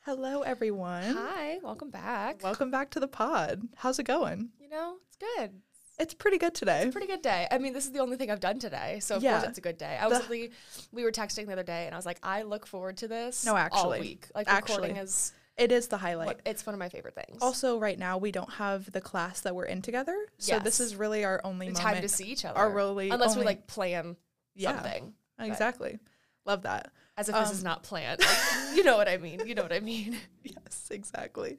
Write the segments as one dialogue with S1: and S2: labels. S1: Hello,
S2: Oh.
S1: everyone.
S2: Hi, welcome back.
S1: Welcome back to the pod. How's it going?
S2: You know, it's good.
S1: It's pretty good today.
S2: Pretty good day. I mean, this is the only thing I've done today, so of
S1: Yeah.
S2: course it's a good day. I was
S1: The-
S2: really, we were texting the other day, and I was like, I look forward to this.
S1: No, actually.
S2: all week. Like
S1: Actually.
S2: recording is,
S1: It is the highlight.
S2: what, it's one of my favorite things.
S1: Also, right now we don't have the class that we're in together, so this
S2: Yes.
S1: is really our only
S2: The
S1: moment.
S2: time to see each other.
S1: Our really
S2: unless
S1: only-
S2: we like plan
S1: Yeah,
S2: something.
S1: exactly. Love that.
S2: As if this is not planned. you know what I mean. You know what I mean.
S1: Yes, exactly.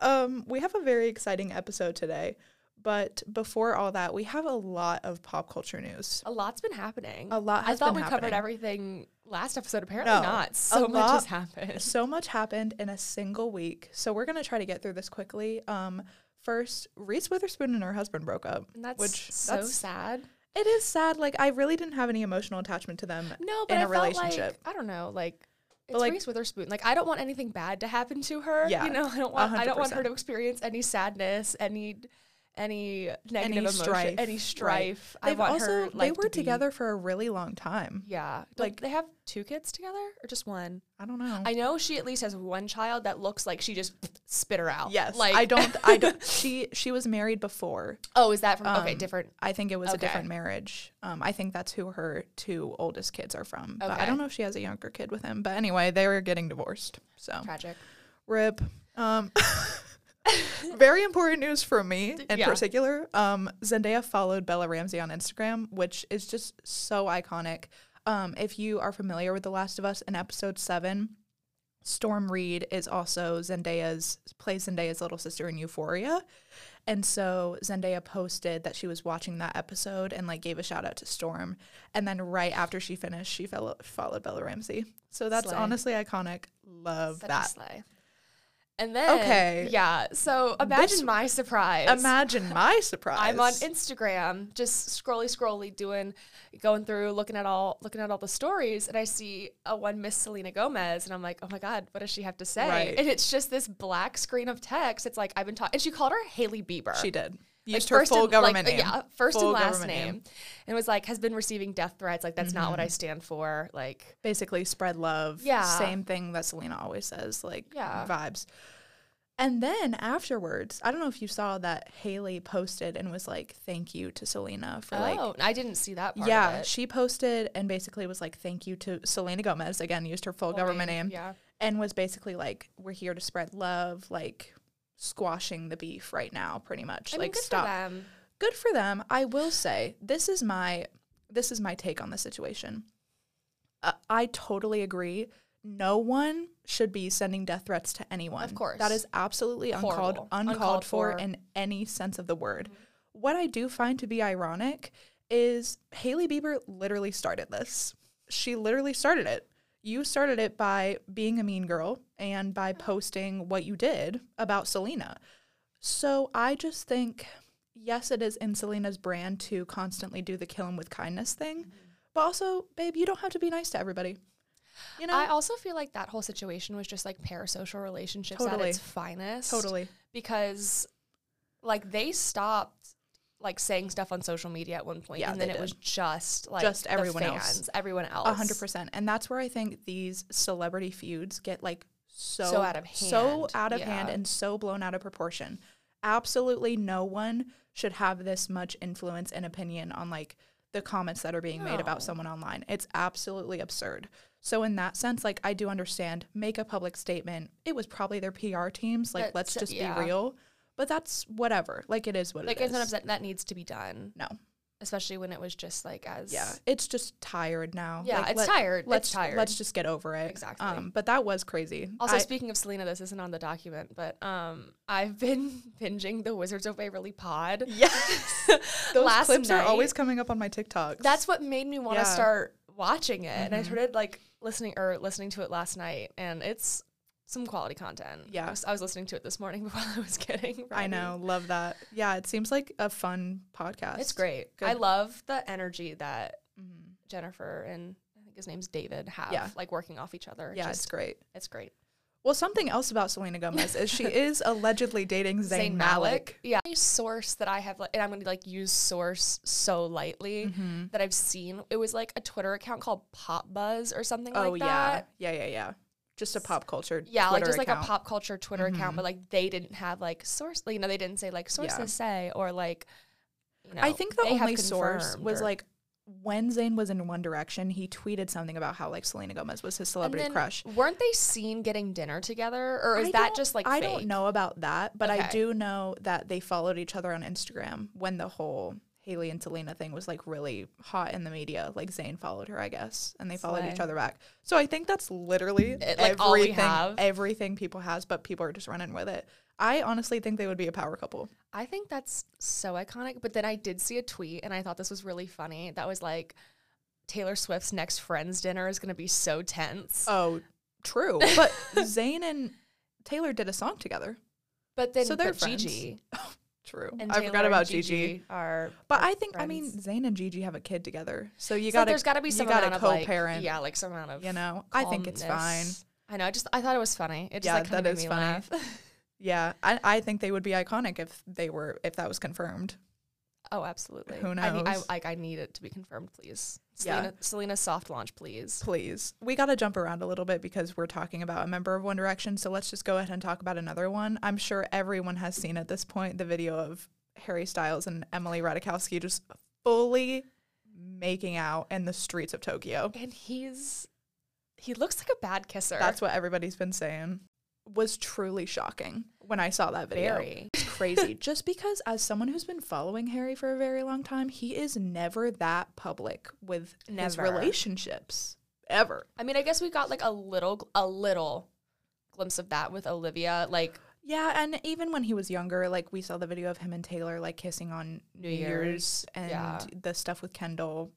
S1: Um, we have a very exciting episode today, but before all that, we have a lot of pop culture news.
S2: A lot's been happening.
S1: A lot has
S2: Um, I thought
S1: been
S2: we
S1: happening.
S2: covered everything last episode. Apparently
S1: No, a
S2: not. So much
S1: lot-
S2: has happened.
S1: So much happened in a single week, so we're gonna try to get through this quickly. Um, first, Reese Witherspoon and her husband broke up,
S2: And that's
S1: which
S2: so
S1: that's
S2: sad.
S1: It is sad. Like I really didn't have any emotional attachment to them.
S2: No, but
S1: in
S2: I
S1: a
S2: felt
S1: relationship.
S2: Like, I don't know, like it's
S1: like-
S2: Reese Witherspoon. Like I don't want anything bad to happen to her.
S1: Yeah,
S2: you know, I don't want I don't want her
S1: 100%.
S2: to experience any sadness, any any negative
S1: Any
S2: emotion,
S1: strife,
S2: any
S1: right.
S2: strife. I
S1: They've
S2: want
S1: also they
S2: her. life to
S1: were
S2: be-
S1: together for a really long time.
S2: Yeah,
S1: Like-
S2: like they have two kids together or just one.
S1: I don't know.
S2: I know she at least has one child that looks like she just spit her out.
S1: yes,
S2: like
S1: I don't. I don't. She she was married before.
S2: Oh, is that from okay?
S1: Um,
S2: Different.
S1: I think it was a
S2: Okay.
S1: different marriage. Um, I think that's who her two oldest kids are from. But I
S2: Okay.
S1: don't know if she has a younger kid with him. But anyway, they were getting divorced. So
S2: Tragic.
S1: rip. Um, very important news for me in
S2: Yeah.
S1: particular. Um, Zendaya followed Bella Ramsey on Instagram, which is just so iconic. Um, if you are familiar with The Last of Us in episode seven, Storm Reed is also Zendaya's plays Zendaya's little sister in Euphoria. And so Zendaya posted that she was watching that episode and like gave a shout out to Storm. And then right after she finished, she fellow, followed Bella Ramsey. So that's
S2: Slay.
S1: honestly iconic. Love
S2: Such a
S1: that.
S2: sleigh. And then
S1: Okay.
S2: yeah. So imagine my surprise.
S1: Imagine my surprise.
S2: I'm on Instagram, just scrolly scrolly doing going through looking at all looking at all the stories and I see a one Miss Selena Gomez and I'm like, "Oh my god, what does she have to say?"
S1: Right.
S2: And it's just this black screen of text. It's like I've been talking and she called her Haley Bieber.
S1: She did.
S2: Like,
S1: Used her
S2: first
S1: full
S2: and-
S1: government
S2: like, uh,
S1: name.
S2: Yeah, first
S1: Full
S2: and last
S1: government
S2: name. And was like has been receiving death threats like that's not what
S1: Mm-hmm.
S2: I stand for. Like
S1: Basically, spread love.
S2: Yeah.
S1: Same thing that Selena always says, like
S2: Yeah.
S1: vibes. And then afterwards, I don't know if you saw that Haley posted and was like, "Thank you to Selena for like."
S2: oh, I didn't see that part
S1: yeah,
S2: of it.
S1: she posted and basically was like, "Thank you to Selena Gomez." Again, used her full government name,
S2: Yeah.
S1: and was basically like, "We're here to spread love, like squashing the beef right now, pretty much.
S2: I mean,
S1: like,
S2: good
S1: stop
S2: for them.
S1: good for them. I will say this is my this is my take on the situation. Uh, I totally agree. No one should be sending death threats to anyone.
S2: Of course.
S1: that is absolutely uncalled
S2: Horrible.
S1: uncalled,
S2: Uncalled
S1: for,
S2: for.
S1: in any sense of the word. What I do find to be ironic is Haley Bieber literally started this. She literally started it. You started it by being a mean girl and by posting what you did about Selena. So I just think, yes, it is in Selena's brand to constantly do the kill him with kindness thing, but also, babe, you don't have to be nice to everybody. You know,
S2: I also feel like that whole situation was just like parasocial relationships at
S1: Totally.
S2: its finest.
S1: totally.
S2: Because like they stopped like saying stuff on social media at one point,
S1: Yeah,
S2: and then
S1: they
S2: it was just like
S1: Just
S2: the
S1: everyone else.
S2: fans, everyone else.
S1: A hundred percent. And that's where I think these celebrity feuds get like so,
S2: So out of
S1: so
S2: hand.
S1: out of hand
S2: Yeah.
S1: and so blown out of proportion. Absolutely no one should have this much influence and opinion on like the comments that are being made
S2: No.
S1: about someone online. It's absolutely absurd. So in that sense, like I do understand, make a public statement. It was probably their PR teams. Like
S2: That's-
S1: let's just
S2: yeah.
S1: be real. But that's whatever. Like it is what
S2: Like
S1: it
S2: and
S1: is.
S2: sometimes that, that needs to be done,
S1: no.
S2: especially when it was just like as
S1: Yeah, it's just tired now.
S2: Yeah, it's tired. It's
S1: Let's
S2: tired.
S1: Let's just get over it.
S2: Exactly.
S1: Um, but that was crazy.
S2: Also,
S1: I-
S2: speaking of Selena, this isn't on the document, but um, I've been binging the Wizards of Waverly pod.
S1: yes, those
S2: Last
S1: clips are
S2: night-
S1: always coming up on my TikToks.
S2: that's what made me want to
S1: Yeah. Mm-hmm.
S2: start watching it and i started like listening or listening to it last night and it's some quality content
S1: Yeah.
S2: i was, I was listening to it this morning while i was getting ready.
S1: I know. Love that. Yeah, it seems like a fun podcast.
S2: it's great
S1: Good.
S2: i
S1: Mm-hmm.
S2: love the energy that jennifer and i think his name's david have
S1: Yeah.
S2: like working off each other It
S1: Yeah, it's
S2: just,
S1: great.
S2: it's great
S1: Well, something else about Selena Gomez is she is allegedly dating Zayn, Malik.
S2: yeah a source that i have like and i'm gonna like use source so lightly
S1: Mm-hmm.
S2: that i've seen it was like a twitter account called pop buzz or something
S1: Oh
S2: like
S1: yeah,
S2: that
S1: yeah, yeah, yeah. Just a pop culture.
S2: Yeah, like
S1: Twitter
S2: just like a
S1: account. Mm-hmm.
S2: pop culture Twitter account, but like they didn't have like source. You know, they didn't say like sources say or like. You know,
S1: I think the
S2: they have
S1: only source
S2: confirmed
S1: was
S2: or-
S1: like when Zayn was in One Direction, he tweeted something about how like Selena Gomez was his
S2: And
S1: celebrity
S2: then
S1: crush.
S2: Weren't they seen getting dinner together, or is
S1: I
S2: that
S1: don't-
S2: just like
S1: I
S2: fake?
S1: don't know about that, but I
S2: Okay.
S1: do know that they followed each other on Instagram when the whole Haley and Selena thing was like really hot in the media. Like Zayn followed her, I guess, and they followed each
S2: Slay.
S1: other back. So I think that's literally
S2: It- like,
S1: everything
S2: all we have.
S1: everything people has, but people are just running with it. I honestly think they would be a power couple.
S2: I think that's so iconic. But then I did see a tweet and I thought this was really funny. That was like Taylor Swift's next friends dinner is going to be so tense.
S1: Oh, true. But Zayn and Taylor did a song together.
S2: but then
S1: so they're
S2: but Gigi
S1: True.
S2: and
S1: I
S2: Taylor
S1: forgot about
S2: and Gigi,
S1: Gigi.
S2: are
S1: But
S2: like,
S1: I think I mean
S2: friends.
S1: Zayn and Gigi have a kid together, so you
S2: So
S1: got
S2: there's got to be
S1: you
S2: some
S1: got
S2: amount
S1: to
S2: of like,
S1: co-parent.
S2: yeah, like some amount of
S1: you know, I think it's fine.
S2: calmness. I know. I just I thought it was funny. It just
S1: Yeah,
S2: like kind
S1: that
S2: of made
S1: is
S2: me
S1: funny.
S2: laugh.
S1: Yeah, I, I think they would be iconic if they were if that was confirmed.
S2: oh, absolutely.
S1: Who
S2: I, need- I
S1: knows?
S2: like I need it to be confirmed, please.
S1: Yeah.
S2: Selena, Selena soft launch, please.
S1: Please, we got to jump around a little bit because we're talking about a member of One Direction. So let's just go ahead and talk about another one. I'm sure everyone has seen at this point the video of Harry Styles and Emily Ratajkowski just fully making out in the streets of Tokyo.
S2: And he's he looks like a bad kisser.
S1: That's what everybody's been saying. Was truly shocking when I saw that video.
S2: very.
S1: It's crazy. Just because, as someone who's been following Harry for a very long time, he is never that public with his
S2: Never.
S1: relationships ever.
S2: I mean, I guess we got like a little, gl- a little glimpse of that with Olivia, like
S1: Yeah, and even when he was younger, like we saw the video of him and Taylor like kissing on New,
S2: New
S1: Year's,
S2: Year's,
S1: and
S2: yeah.
S1: the stuff with Kendall.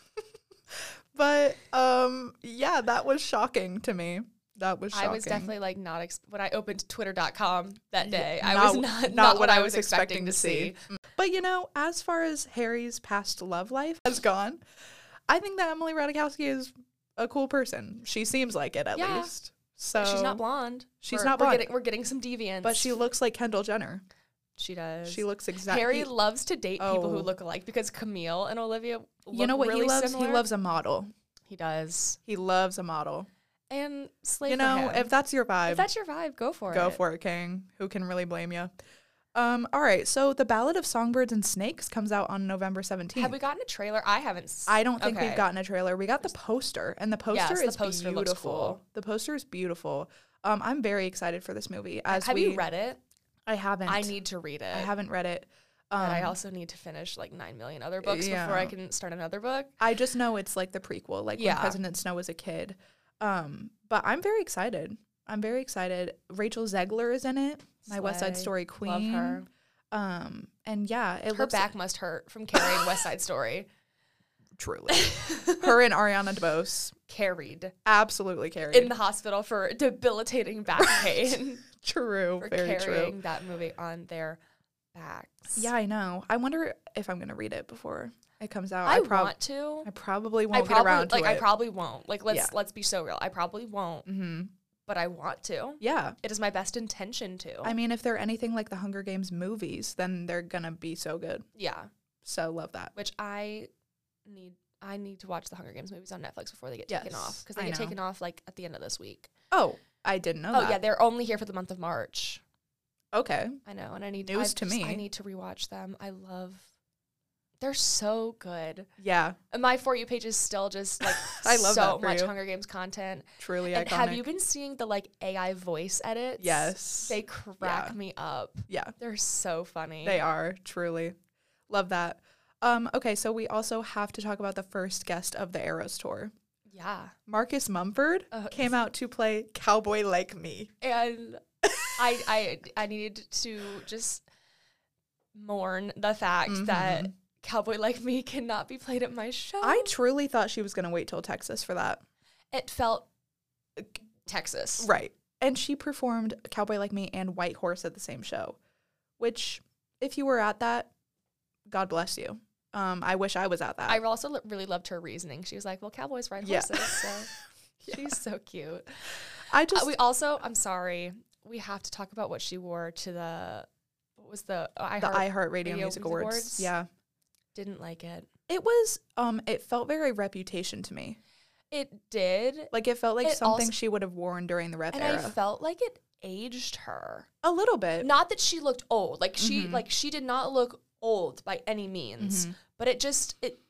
S1: but um yeah, that was shocking to me. That was shocking.
S2: I was definitely like not ex- when I opened Twitter.com that day. I was
S1: not-
S2: not not,
S1: not
S2: what I was expecting, to see. Mm.
S1: But you know, as far as Harry's past love life has gone, I think that Emily Ratajkowski is a cool person. She seems like it at
S2: Yeah.
S1: least. So
S2: she's not blonde.
S1: She's
S2: We're-
S1: not
S2: We're
S1: blonde.
S2: getting, we're getting some deviants,
S1: but she looks like Kendall Jenner.
S2: she does.
S1: She looks exactly.
S2: Harry loves to date people
S1: Oh.
S2: who look alike because Camille and Olivia. Look
S1: you know what
S2: really
S1: he loves?
S2: Similar.
S1: He loves a model.
S2: He does.
S1: He loves a model.
S2: And slay
S1: you
S2: for
S1: know,
S2: him.
S1: if that's your vibe,
S2: If that's your vibe, go for
S1: go
S2: it.
S1: for it, King. Who can really blame you? Um, all right, so the Ballad of Songbirds and Snakes comes out on November seventeenth.
S2: Have we gotten a trailer? I haven't. s-
S1: I don't think we've
S2: Okay.
S1: gotten a trailer. We got the poster, and the poster
S2: the
S1: is
S2: poster
S1: beautiful.
S2: looks cool.
S1: The poster is beautiful. Um, I'm very excited for this movie. As
S2: Have
S1: we,
S2: you read it?
S1: I haven't.
S2: I need to read it.
S1: I haven't read it. Um,
S2: but
S1: I,
S2: I also need to finish like nine million other books before
S1: yeah.
S2: I can start another book.
S1: just know it's like the prequel, like when
S2: Yeah.
S1: President Snow was a kid. Um, but I'm very excited. I'm very excited. Rachel Zegler is in it. My West Side
S2: Slay.
S1: Story queen.
S2: Love her.
S1: Um, and yeah, it
S2: Her
S1: looks
S2: back must hurt from carrying West Side Story.
S1: truly. her and Ariana DeBose
S2: Carried
S1: absolutely carried.
S2: in the hospital for debilitating back pain.
S1: true,
S2: for
S1: very true.
S2: carrying that movie on their backs.
S1: Yeah, I know. I wonder if I'm gonna read it before it comes out.
S2: I,
S1: Oh, I, prob-
S2: want to.
S1: I probably
S2: I
S1: won't
S2: probably
S1: get around to
S2: like.
S1: it.
S2: I probably won't. Like, let's
S1: Yeah.
S2: let's be so real. I probably won't,
S1: hmm
S2: but I want to.
S1: Yeah.
S2: It is my best intention to.
S1: I mean, if they're anything like the Hunger Games movies, then they're gonna be so good.
S2: yeah,
S1: So love that.
S2: which I need. I need to watch the Hunger Games movies on Netflix before they get taken off
S1: Yes,
S2: because they
S1: I
S2: get
S1: know.
S2: taken off like at the end of this week.
S1: Oh, I didn't know
S2: Oh
S1: that.
S2: yeah, they're only here for the month of March.
S1: Okay.
S2: I know, and I need
S1: News
S2: I've
S1: to
S2: just-
S1: me.
S2: I need to rewatch them. I love. They're so good.
S1: Yeah.
S2: And my for you page is still just like
S1: I love
S2: so
S1: that for
S2: much
S1: you.
S2: Hunger Games content.
S1: Truly
S2: and
S1: iconic.
S2: have you been seeing the like AI voice edits?
S1: yes.
S2: they crack
S1: Yeah.
S2: me up.
S1: yeah.
S2: They're so funny.
S1: They are truly. Love that. Um, okay, so we also have to talk about the first guest of the Eras tour.
S2: Yeah,
S1: Marcus Mumford
S2: Oh.
S1: came out to play Cowboy Like Me.
S2: and I I I needed to just mourn the fact
S1: Mm-hmm.
S2: that Cowboy Like Me cannot be played at my show.
S1: I truly thought she was going to wait till Texas for that.
S2: it felt uh, Texas.
S1: Right. And she performed Cowboy Like Me and White Horse at the same show, which, if you were at that, God bless you. Um, I wish I was at that.
S2: I also lo- really loved her reasoning. She was like, "Well, cowboys ride
S1: Yeah.
S2: horses." So she's so cute. Uh,
S1: I just,
S2: we also, I'm sorry, we have to talk about what she wore to the what was the uh, I
S1: the
S2: Heart-
S1: iHeartRadio
S2: Radio
S1: Music
S2: Music
S1: Awards.
S2: Awards.
S1: Yeah.
S2: didn't like it.
S1: It was, um, it felt very reputation to me.
S2: It did.
S1: Like it felt like
S2: It
S1: something
S2: also-
S1: she would have worn during the Rep
S2: And
S1: era.
S2: I felt like it aged her.
S1: a little bit.
S2: Not that she looked old. Like she
S1: Mhm.
S2: like she did not look old by any means,
S1: Mhm.
S2: but it just it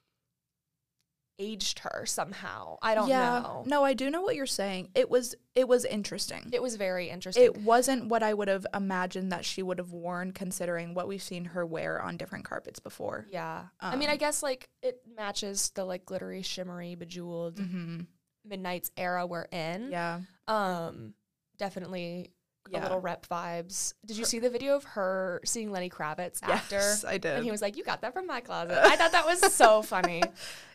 S2: aged her somehow. I don't know.
S1: No, I do know what you're saying. It was it was interesting.
S2: It was very interesting.
S1: It wasn't what I would have imagined that she would have worn considering what we've seen her wear on different carpets before.
S2: yeah. I mean,
S1: Um,
S2: I guess like it matches the like glittery, shimmery, bejeweled
S1: hmm
S2: Mm-hmm. Midnight's era we're in.
S1: Yeah.
S2: Um definitely a
S1: Yeah.
S2: little rep vibes. Did you see the video of her seeing Lenny Kravitz after?
S1: Yes, I did.
S2: And he was like, "You got that from my closet." I thought that was so funny.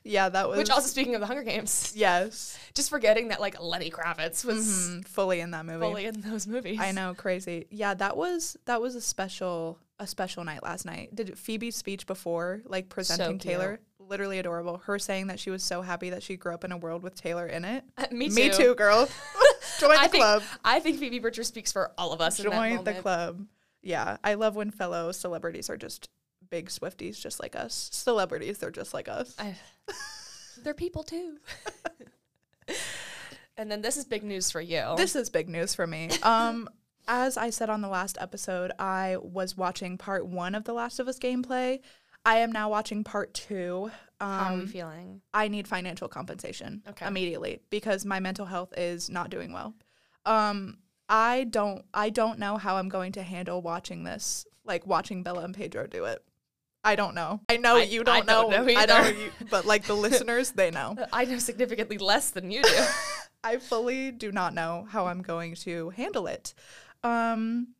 S1: yeah, that was
S2: Which also, speaking of the Hunger Games,
S1: yes,
S2: just forgetting that like Lenny Kravitz was
S1: Mhm, fully in that movie.
S2: Mm-hmm. fully in those movies.
S1: I know, crazy. Yeah, that was that was a special a special night last night. Did Phoebe's speech before like presenting
S2: cute.
S1: Taylor literally adorable. Her saying that she was so happy that she grew up in a world with Taylor in it.
S2: Me too.
S1: Me too, girl. Join the
S2: I think
S1: club.
S2: I think Phoebe Bridgers speaks for all of us. in that
S1: Join the
S2: moment.
S1: club. Yeah, I love when fellow celebrities are just big Swifties, just like us. Celebrities, they're just like us.
S2: I- They're people too. and then this is big news for you.
S1: This is big news for me. Um, as I said on the last episode, I was watching part one of The Last of Us gameplay. I am now watching part two.
S2: How are we
S1: Um,
S2: feeling?
S1: I need financial compensation
S2: Okay.
S1: immediately because my mental health is not doing well. Um, I don't. I don't know how I'm going to handle watching this. Like watching Bella and Pedro do it. I don't know. I know
S2: I-
S1: you
S2: I
S1: don't know.
S2: don't know
S1: I know
S2: either.
S1: you, but like the listeners, they know.
S2: I know significantly less than you do.
S1: I fully do not know how I'm going to handle it. Um,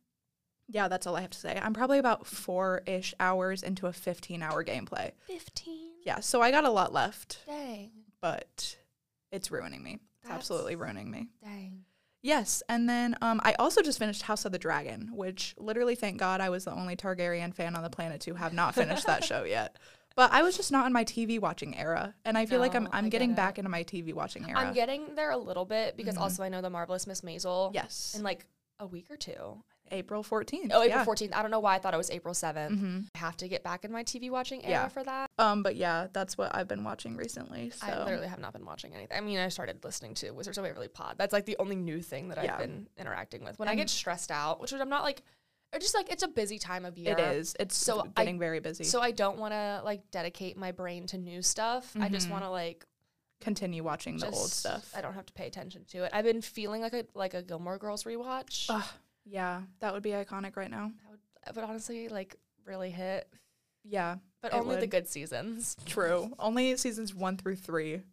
S1: yeah, that's all I have to say. I'm probably about four ish hours into a 15 hour gameplay.
S2: Fifteen.
S1: Yeah, so I got a lot left,
S2: Dang.
S1: but it's ruining me. It's
S2: That's-
S1: absolutely ruining me.
S2: Dang.
S1: Yes, and then um, I also just finished House of the Dragon, which literally, thank God, I was the only Targaryen fan on the planet to have not finished that show yet. But I was just not in my TV watching era, and I feel like I'm
S2: No, I
S1: I'm
S2: get
S1: getting
S2: it.
S1: back into my TV watching era.
S2: I'm getting there a little bit because
S1: Mhm.
S2: also I know the marvelous Miss Maisel.
S1: yes,
S2: In like a week or two.
S1: April 14th.
S2: Oh, April
S1: yeah.
S2: 14th. I don't know why I thought it was April 7th.
S1: hmm
S2: I have to get back in my TV watching era
S1: Yeah.
S2: for that.
S1: Um, but yeah, that's what I've been watching recently. So
S2: I literally have not been watching anything. I mean, I started listening to Wizards of Waverly Pod. That's like the only new thing that
S1: Yeah.
S2: I've been interacting with. When I
S1: And-
S2: get stressed out, which I'm not like, or just like it's a busy time of year.
S1: it is. It's
S2: So
S1: so
S2: I-
S1: getting very busy.
S2: So I don't want to like dedicate my brain to new stuff. I just
S1: Mhm.
S2: want to like
S1: Continue watching the
S2: just,
S1: old stuff.
S2: I don't have to pay attention to it. I've been feeling like a like a Gilmore Girls rewatch.
S1: Ugh, yeah, that would be iconic right now.
S2: That would honestly like really hit,
S1: Yeah,
S2: but
S1: It
S2: only the
S1: would.
S2: good seasons.
S1: true. Only seasons one through three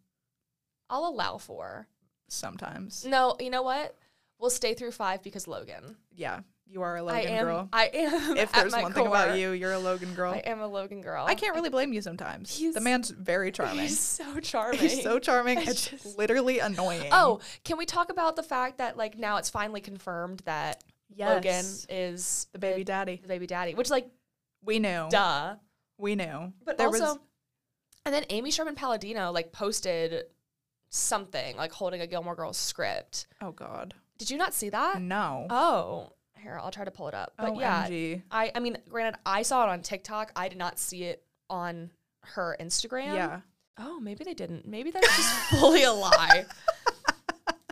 S2: I'll allow for.
S1: sometimes.
S2: No, you know what? We'll stay through five because Logan.
S1: Yeah, you are a
S2: I
S1: Logan
S2: am.
S1: girl.
S2: I am.
S1: If
S2: at
S1: there's
S2: my
S1: one thing about
S2: core,
S1: you, you're a Logan girl.
S2: I
S1: I,
S2: am a Logan girl.
S1: can't really blame you sometimes.
S2: He's-
S1: the man's very charming.
S2: He's
S1: He's,
S2: so charming.
S1: so charming.
S2: I
S1: It's
S2: just-
S1: literally annoying.
S2: Oh, can we talk about the fact that like now it's finally confirmed that Logan
S1: Yes.
S2: is
S1: the baby daddy.
S2: the baby daddy, which like
S1: We knew.
S2: duh.
S1: We knew.
S2: But
S1: There was-
S2: also, and then Amy Sherman Palladino like posted something like holding a Gilmore Girls script.
S1: oh God,
S2: Did you not see that?
S1: no. Oh,
S2: Oh, here I'll try to pull it up. But yeah,
S1: OMG.
S2: I I mean, granted, I saw it on TikTok. I did not see it on her Instagram.
S1: Yeah.
S2: Oh, maybe they didn't. Maybe that's just fully a lie.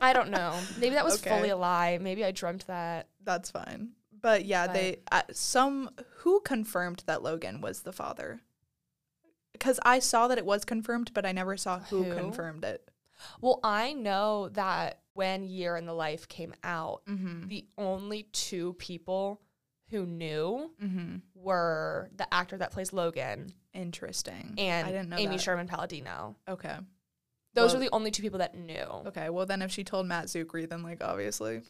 S2: I don't know. Maybe that was
S1: Okay.
S2: fully a lie. Maybe I dreamt that.
S1: That's fine. But yeah,
S2: But-
S1: they uh, some who confirmed that Logan was the father. Cuz I saw that it was confirmed, but I never saw who,
S2: Who?
S1: confirmed it.
S2: Well, I know that when Year in the Life came out,
S1: Mhm.
S2: the only two people who knew
S1: Mhm.
S2: were the actor that plays Logan
S1: Interesting.
S2: and
S1: I didn't know
S2: Amy
S1: that.
S2: Sherman Palladino.
S1: Okay.
S2: Those
S1: Well-
S2: were the only two people that knew.
S1: Okay. Well, then if she told Matt Zuckery, then like obviously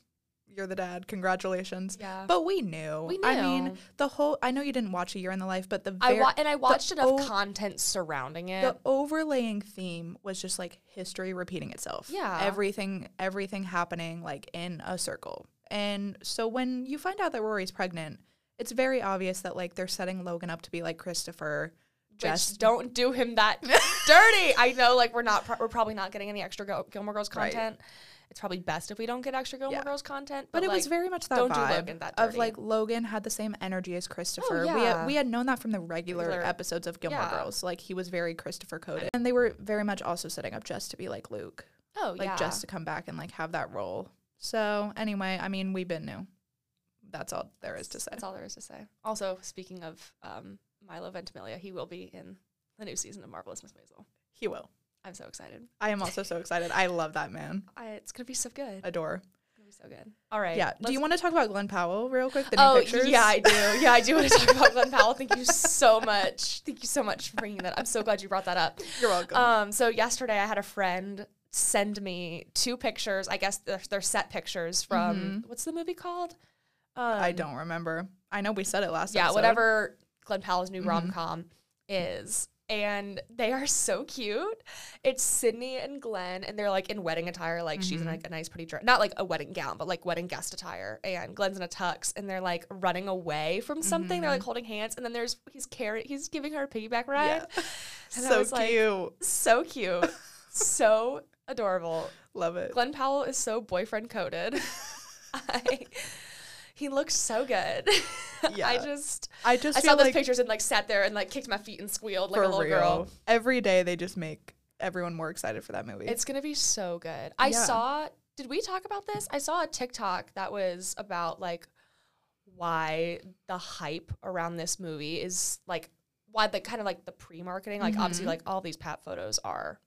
S1: you're the dad. Congratulations.
S2: Yeah.
S1: But we knew.
S2: We
S1: I mean,
S2: knew.
S1: the whole I know you didn't watch A Year in the Life, but oh. the
S2: I
S1: very,
S2: wa- and I watched enough
S1: o-
S2: content surrounding it.
S1: the overlaying theme was just like history repeating itself.
S2: Yeah.
S1: Everything everything happening like in a circle. And so when you find out that Rory's pregnant, it's very obvious that like they're setting Logan up to be like Christopher.
S2: just
S1: Just
S2: don't do him that dirty. I know, like we're not, pro- we're probably not getting any extra Gil- Gilmore Girls
S1: Right.
S2: content. It's probably best if we don't get extra Gilmore
S1: Yeah.
S2: Girls content.
S1: But,
S2: But,
S1: it was
S2: like,
S1: very much that
S2: don't do
S1: vibe
S2: Logan that
S1: of
S2: dirty.
S1: like Logan had the same energy as Christopher. We
S2: yeah.
S1: had, we had known that from the regular,
S2: Regular-
S1: episodes of Gilmore
S2: yeah.
S1: Girls. Like he was very Christopher coded, and they were very much also setting up Jess to be like Luke.
S2: Oh
S1: like
S2: yeah.
S1: just to come back and like have that role. So anyway, I mean, we've been new. That's all there is to say.
S2: That's all there is to say. Also, speaking of um, Milo Ventimiglia, he will be in the new season of Marvelous Miss Maisel.
S1: He will.
S2: I'm so excited.
S1: I am also so excited. I love that man.
S2: I, it's gonna be so good.
S1: Adore.
S2: It's gonna be so good. All right.
S1: Yeah. Do you want to talk about Glenn Powell real quick? The new
S2: Oh
S1: pictures?
S2: yeah, I do. Yeah, I do want to talk about Glenn Powell. Thank you so much. Thank you so much for bringing that. up. I'm so glad you brought that up.
S1: You're welcome.
S2: Um, so yesterday I had a friend send me two pictures. I guess they're, they're set pictures from what's the movie called? Um,
S1: Mm-hmm. I don't remember. I know we said it last.
S2: yeah,
S1: episode.
S2: whatever Glenn Powell's
S1: Mm-hmm.
S2: new rom com is. And they are so cute. It's Sydney and Glenn, and they're like in wedding attire. Like
S1: Mm-hmm.
S2: she's in like a nice, pretty dress, not like a wedding gown, but like wedding guest attire. And Glenn's in a tux, and they're like running away from something.
S1: Mm-hmm.
S2: They're like holding hands, and then there's he's carrying, he's giving her a piggyback ride.
S1: Yeah.
S2: And I
S1: so
S2: was like-
S1: cute.
S2: So cute, so adorable.
S1: love it.
S2: Glenn Powell is so boyfriend coded. I, he looks so good. I
S1: Yeah.
S2: just
S1: I just
S2: I
S1: feel
S2: saw those
S1: like
S2: pictures and like sat there and like kicked my feet and squealed like
S1: for
S2: a little
S1: real.
S2: girl.
S1: Every day they just make everyone more excited for that movie.
S2: It's gonna be so good. I
S1: Yeah.
S2: saw. Did we talk about this? I saw a TikTok that was about like why the hype around this movie is like why the kind of like the pre-marketing like obviously
S1: Mhm.
S2: like all these pat photos are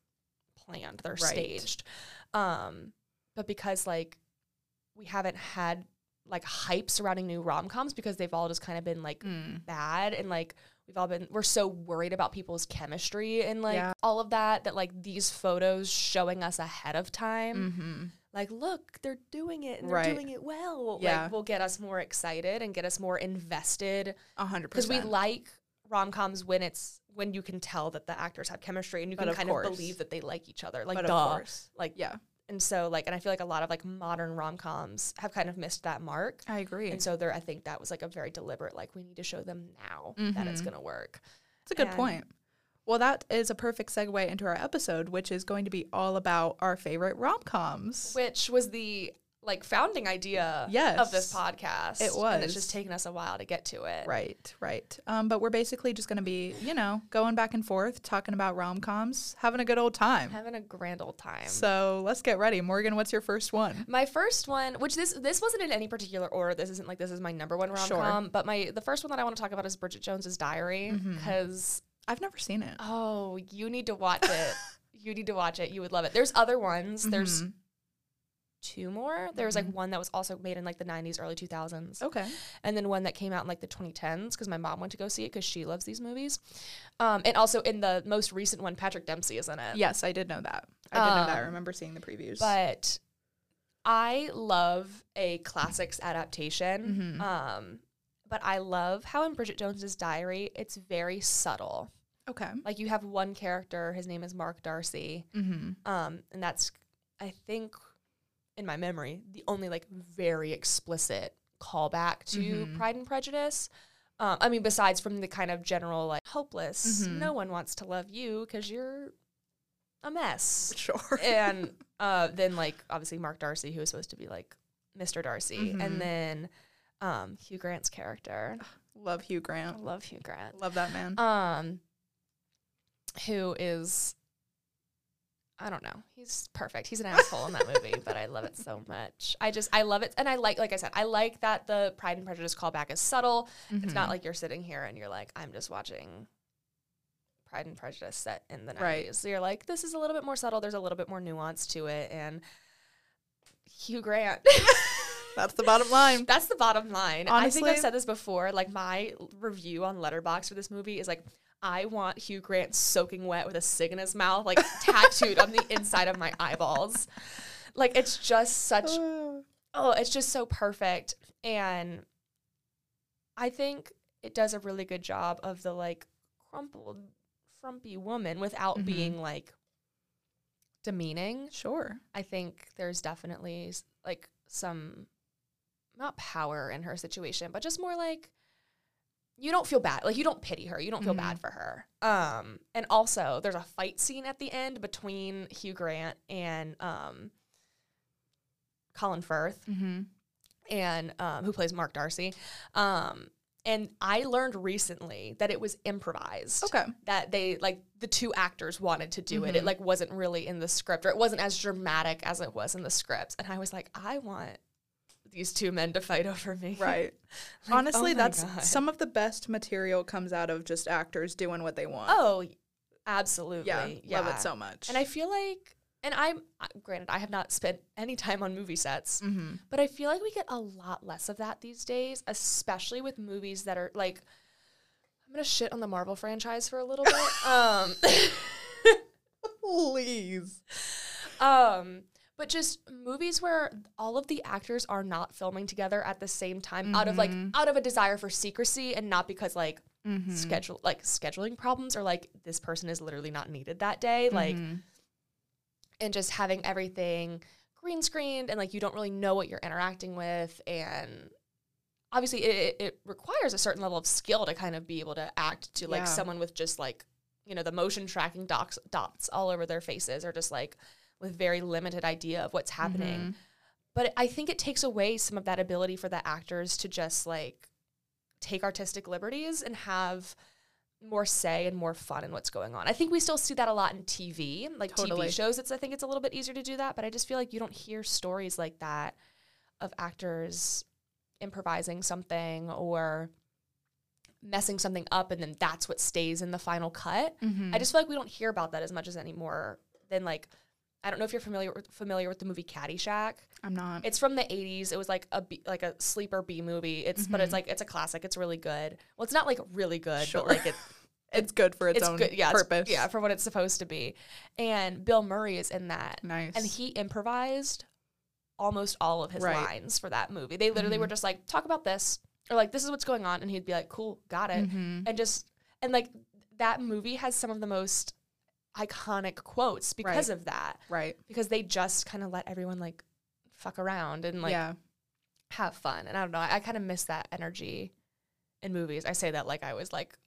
S2: planned they're
S1: Right.
S2: staged um but because like we haven't had like hype surrounding new rom-coms because they've all just kind of been like
S1: Mm.
S2: bad and like we've all been we're so worried about people's chemistry and like
S1: Yeah.
S2: all of that that like these photos showing us ahead of time
S1: hmm
S2: like look they're doing it and
S1: Right.
S2: they're doing it well
S1: Yeah.
S2: like will get us more excited and get us more invested
S1: A hundred
S2: because we
S1: percent.
S2: like rom-coms when it's when you can tell that the actors have chemistry and you
S1: But
S2: can
S1: of
S2: kind
S1: course.
S2: of believe that they like each other like
S1: But of
S2: duh
S1: course.
S2: like
S1: Yeah,
S2: and so like and i feel like a lot of like modern rom-coms have kind of missed that mark
S1: I agree.
S2: and
S1: It's
S2: so there, I think that was like a very deliberate, like we need to show them now that it's
S1: Mhm.
S2: gonna work.
S1: a good
S2: and-
S1: point. Well, that is a perfect segue into our episode, which is going to be all about our favorite rom coms.
S2: Which was the like founding idea
S1: Yes.
S2: of this podcast.
S1: It
S2: And
S1: was.
S2: it's just taken us a while to get to it.
S1: Right, right. Um, but we're basically just going to be, you know, going back and forth, talking about rom coms, having a good old time.
S2: Having a grand old time.
S1: So let's get ready. Morgan, what's your first one?
S2: my first one, which this this wasn't in any particular order. This isn't like this is my number one rom
S1: Sure.
S2: com, but my the first one that I want to talk about is Bridget Jones's Diary
S1: Mm-hmm.
S2: because
S1: I've never seen it.
S2: oh, you need to watch it. you need to watch it. You would love it. There's other ones. There's
S1: Mhm.
S2: two more. There was like
S1: Mm-hmm.
S2: one that was also made in like the 90s, early 2000s.
S1: Okay.
S2: and then one that came out in like the 2010s because my mom went to go see it because she loves these movies. Um, and also in the most recent one, Patrick Dempsey is in it.
S1: Yes, I did know that. I did know that. I
S2: Um,
S1: remember seeing the previews.
S2: But I love a classics adaptation.
S1: Mhm.
S2: Um, but I love how in Bridget Jones's Diary, it's very subtle.
S1: okay.
S2: Like you have one character, his name is Mark Darcy,
S1: Mm-hmm.
S2: um, and that's I think in my memory the only like very explicit callback to
S1: Mhm.
S2: Pride and Prejudice. Um, I mean, besides from the kind of general like hopeless,
S1: Mhm.
S2: no one wants to love you because you're a mess,
S1: Sure.
S2: and uh, then like obviously Mark Darcy, who is supposed to be like Mr. Darcy,
S1: Mhm.
S2: and then um, Hugh Grant's character.
S1: Love Hugh
S2: I
S1: Grant.
S2: love Hugh Grant
S1: Love that man.
S2: um who is I don't know. He's perfect. He's an asshole in that movie, but I love it so much. I just I love it and I like like I said, I like that the Pride and Prejudice callback is subtle. Um, It's
S1: Mm-hmm. Hmm.
S2: not like you're sitting here and you're like I'm just watching Pride and Prejudice set in the 90s.
S1: Right.
S2: So you're like this is a little bit more subtle. There's a little bit more nuance to it and Hugh Grant
S1: That's the bottom line.
S2: That's the bottom line. I think
S1: Honestly-
S2: I've said this before. Like my review on Letterbox for this movie is like, I want Hugh Grant soaking wet with a cig in his mouth, like tattooed on the inside of my eyeballs. Like it's just such
S1: Ah.
S2: oh, it's just so perfect. And I think it does a really good job of the like crumpled, frumpy woman without
S1: Mhm.
S2: being like demeaning.
S1: sure.
S2: I think there's definitely s- like some not power in her situation, but just more like you don't feel bad. Like you don't pity her. You don't feel
S1: Mhm.
S2: bad for her. Um and also there's a fight scene at the end between Hugh Grant and um Colin Firth
S1: Mm-hmm.
S2: and um who plays Mark Darcy. Um And I learned recently that it was improvised.
S1: Okay.
S2: That they like the two actors wanted to do
S1: Mm-hmm.
S2: it. It like wasn't really in the script or it wasn't as dramatic as it was in the script. And I was like, I want these two men to fight over me.
S1: Right.
S2: Like,
S1: Honestly,
S2: oh my
S1: that's
S2: God.
S1: some of the best material comes out of just actors doing what they want.
S2: Oh, absolutely.
S1: yeah,
S2: Yeah.
S1: love it so much.
S2: And I feel like and I'm uh, granted I have not spent any time on movie sets,
S1: Mhm.
S2: but I feel like we get a lot less of that these days, especially with movies that are like I'm going to shit on the Marvel franchise for a little bit. um
S1: please.
S2: um but just movies where all of the actors are not filming together at the same time out of like out of a desire for secrecy and not because like
S1: Mm-hmm.
S2: schedule like scheduling problems or like this person is literally not needed that day
S1: Mm-hmm.
S2: like and just having everything green screened and like you don't really know what you're interacting with and obviously it, it, it requires a certain level of skill to kind of be able to act to like
S1: Yeah.
S2: someone with just like you know the motion tracking dots dots all over their faces or just like with very limited idea of what's happening but i think it takes away some of that ability for the actors to just like take artistic liberties and have more say and more fun in what's going on. I think we still see that a lot in TV, like
S1: Totally.
S2: TV shows. It's I think it's a little bit easier to do that, but I just feel like you don't hear stories like that of actors improvising something or messing something up and then that's what stays in the final cut.
S1: Mm-hmm.
S2: I just feel like we don't hear about that as much as anymore than like I don't know if you're familiar with, familiar with the movie Caddyshack.
S1: I'm not.
S2: It's from the 80s. It was like a B, like a sleeper B movie. It's but it's like it's a classic. It's really good. Well, it's not like really good,
S1: Mm-hmm. Sure.
S2: but like it,
S1: It's good for its,
S2: it's
S1: own
S2: good. Yeah, it's-
S1: purpose.
S2: yeah, for what it's supposed to be. And Bill Murray is in that,
S1: Nice.
S2: and he improvised almost all of his
S1: Right. Mm-hmm.
S2: lines for that movie. They literally were just like, talk about this, or like this is what's going on, and he'd be like, cool, got
S1: Mm-hmm.
S2: it, and just and like that movie has some of the most iconic quotes because of that
S1: right.
S2: because they just kind of let everyone like fuck around and like
S1: yeah.
S2: have fun. And I don't know, I, I kind of miss that energy in movies. I say that like I was like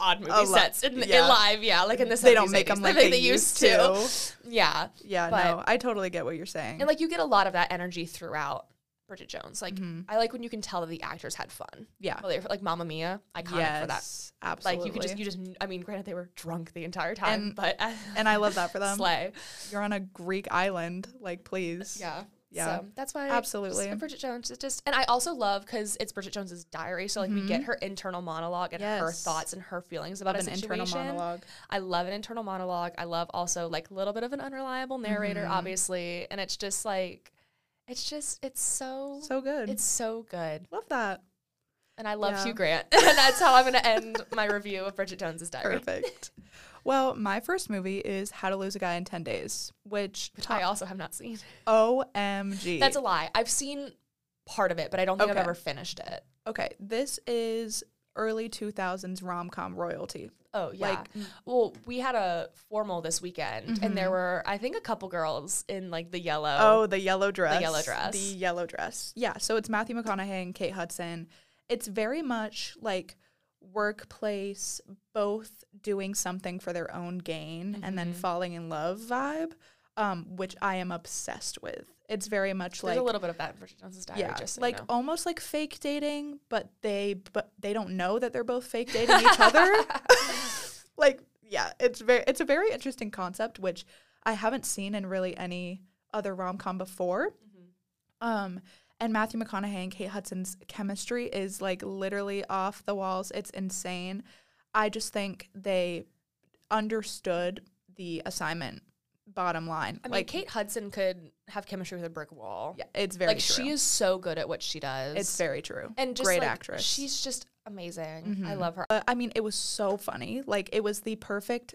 S2: on movie
S1: A li-
S2: sets in, in
S1: yeah.
S2: live, yeah, like in the
S1: They don't
S2: 70s,
S1: make them
S2: 80s.
S1: like they, used to.
S2: Yeah,
S1: Yeah,
S2: But-
S1: no, I totally get what you're saying.
S2: and like you get a lot of that energy throughout Bridget Jones. Like
S1: Mm-hmm.
S2: I like when you can tell that the actors had fun.
S1: yeah.
S2: Well, they like Mamma Mia, iconic for that.
S1: Yes, absolutely.
S2: Like you could just you just I mean, granted they were drunk the entire time,
S1: And-
S2: but uh,
S1: and I love that for them.
S2: slay.
S1: You're on a Greek island, like please.
S2: Yeah.
S1: Yeah.
S2: So that's why
S1: Absolutely.
S2: just Bridget Jones is just and I also love because it's Bridget Jones's diary, so like we get her internal monologue and her
S1: Mm-hmm. Yes.
S2: thoughts and her feelings about
S1: Of
S2: a
S1: an
S2: situation.
S1: internal monologue.
S2: I love an internal monologue. I love also like a little bit of an unreliable narrator,
S1: Mm-hmm.
S2: obviously, and it's just like it's just it's so,
S1: So good.
S2: it's so good,
S1: love that.
S2: and I love
S1: Yeah.
S2: Hugh Grant, and that's how I'm gonna end my review of Bridget Jones's diary.
S1: Perfect. well, my first movie is How to Lose a Guy in 10 Days, which
S2: Which I also have not seen.
S1: OMG.
S2: That's a lie. I've seen part of it, but I don't think
S1: Okay.
S2: I've ever finished it.
S1: Okay, this is early 2000s rom-com royalty.
S2: Oh yeah.
S1: Like-
S2: well, we had a formal this weekend, and there were I think a couple girls in like the yellow.
S1: Mm-hmm. Oh, the yellow dress.
S2: yellow dress.
S1: The yellow dress. Yeah, so it's Matthew McConaughey and Kate Hudson. It's very much like workplace, both doing something for their own gain and then
S2: Mm-hmm.
S1: falling in love vibe, um, which I am obsessed with. It's very much
S2: there's
S1: like
S2: a little bit of that in Bridget Jones's diary.
S1: yeah,
S2: just so you
S1: like
S2: know.
S1: almost like fake dating, but they but they don't know that they're both fake dating each other. like yeah, it's very it's a very interesting concept which I haven't seen in really any other rom-com before.
S2: Mm-hmm.
S1: Um and Matthew McConaughey and Kate Hudson's chemistry is like literally off the walls. It's insane. I just think they understood the assignment bottom line.
S2: I mean,
S1: like
S2: Kate Hudson could have chemistry with a brick wall.
S1: yeah, it's very
S2: like
S1: true.
S2: she is so good at what she does.
S1: it's very true.
S2: and just,
S1: great
S2: like,
S1: actress.
S2: She's just amazing. I love her.
S1: Uh, I mean, it was so funny. Like, it was the perfect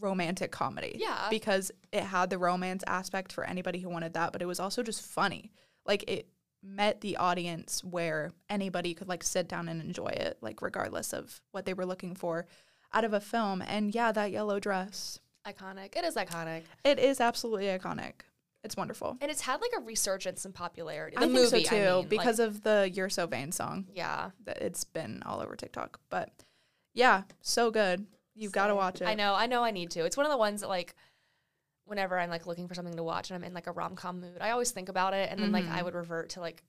S1: romantic comedy.
S2: Yeah.
S1: Because it had the romance aspect for anybody who wanted that, but it was also just funny. Like, it met the audience where anybody could, like, sit down and enjoy it, like, regardless of what they were looking for out of a film. And yeah, that yellow dress,
S2: Iconic. It is iconic,
S1: it is absolutely iconic. It's wonderful.
S2: and it's had like a resurgence in popularity. The
S1: I
S2: movie,
S1: think so too,
S2: I mean,
S1: because
S2: like,
S1: of the You're So Vain song.
S2: yeah,
S1: that it's been all over TikTok. But yeah, so good. You've got to
S2: So,
S1: watch it.
S2: I know, I know I need to. It's one of the ones that like whenever I'm like looking for something to watch and I'm in like a rom com mood, I always think about it and then like I would revert to like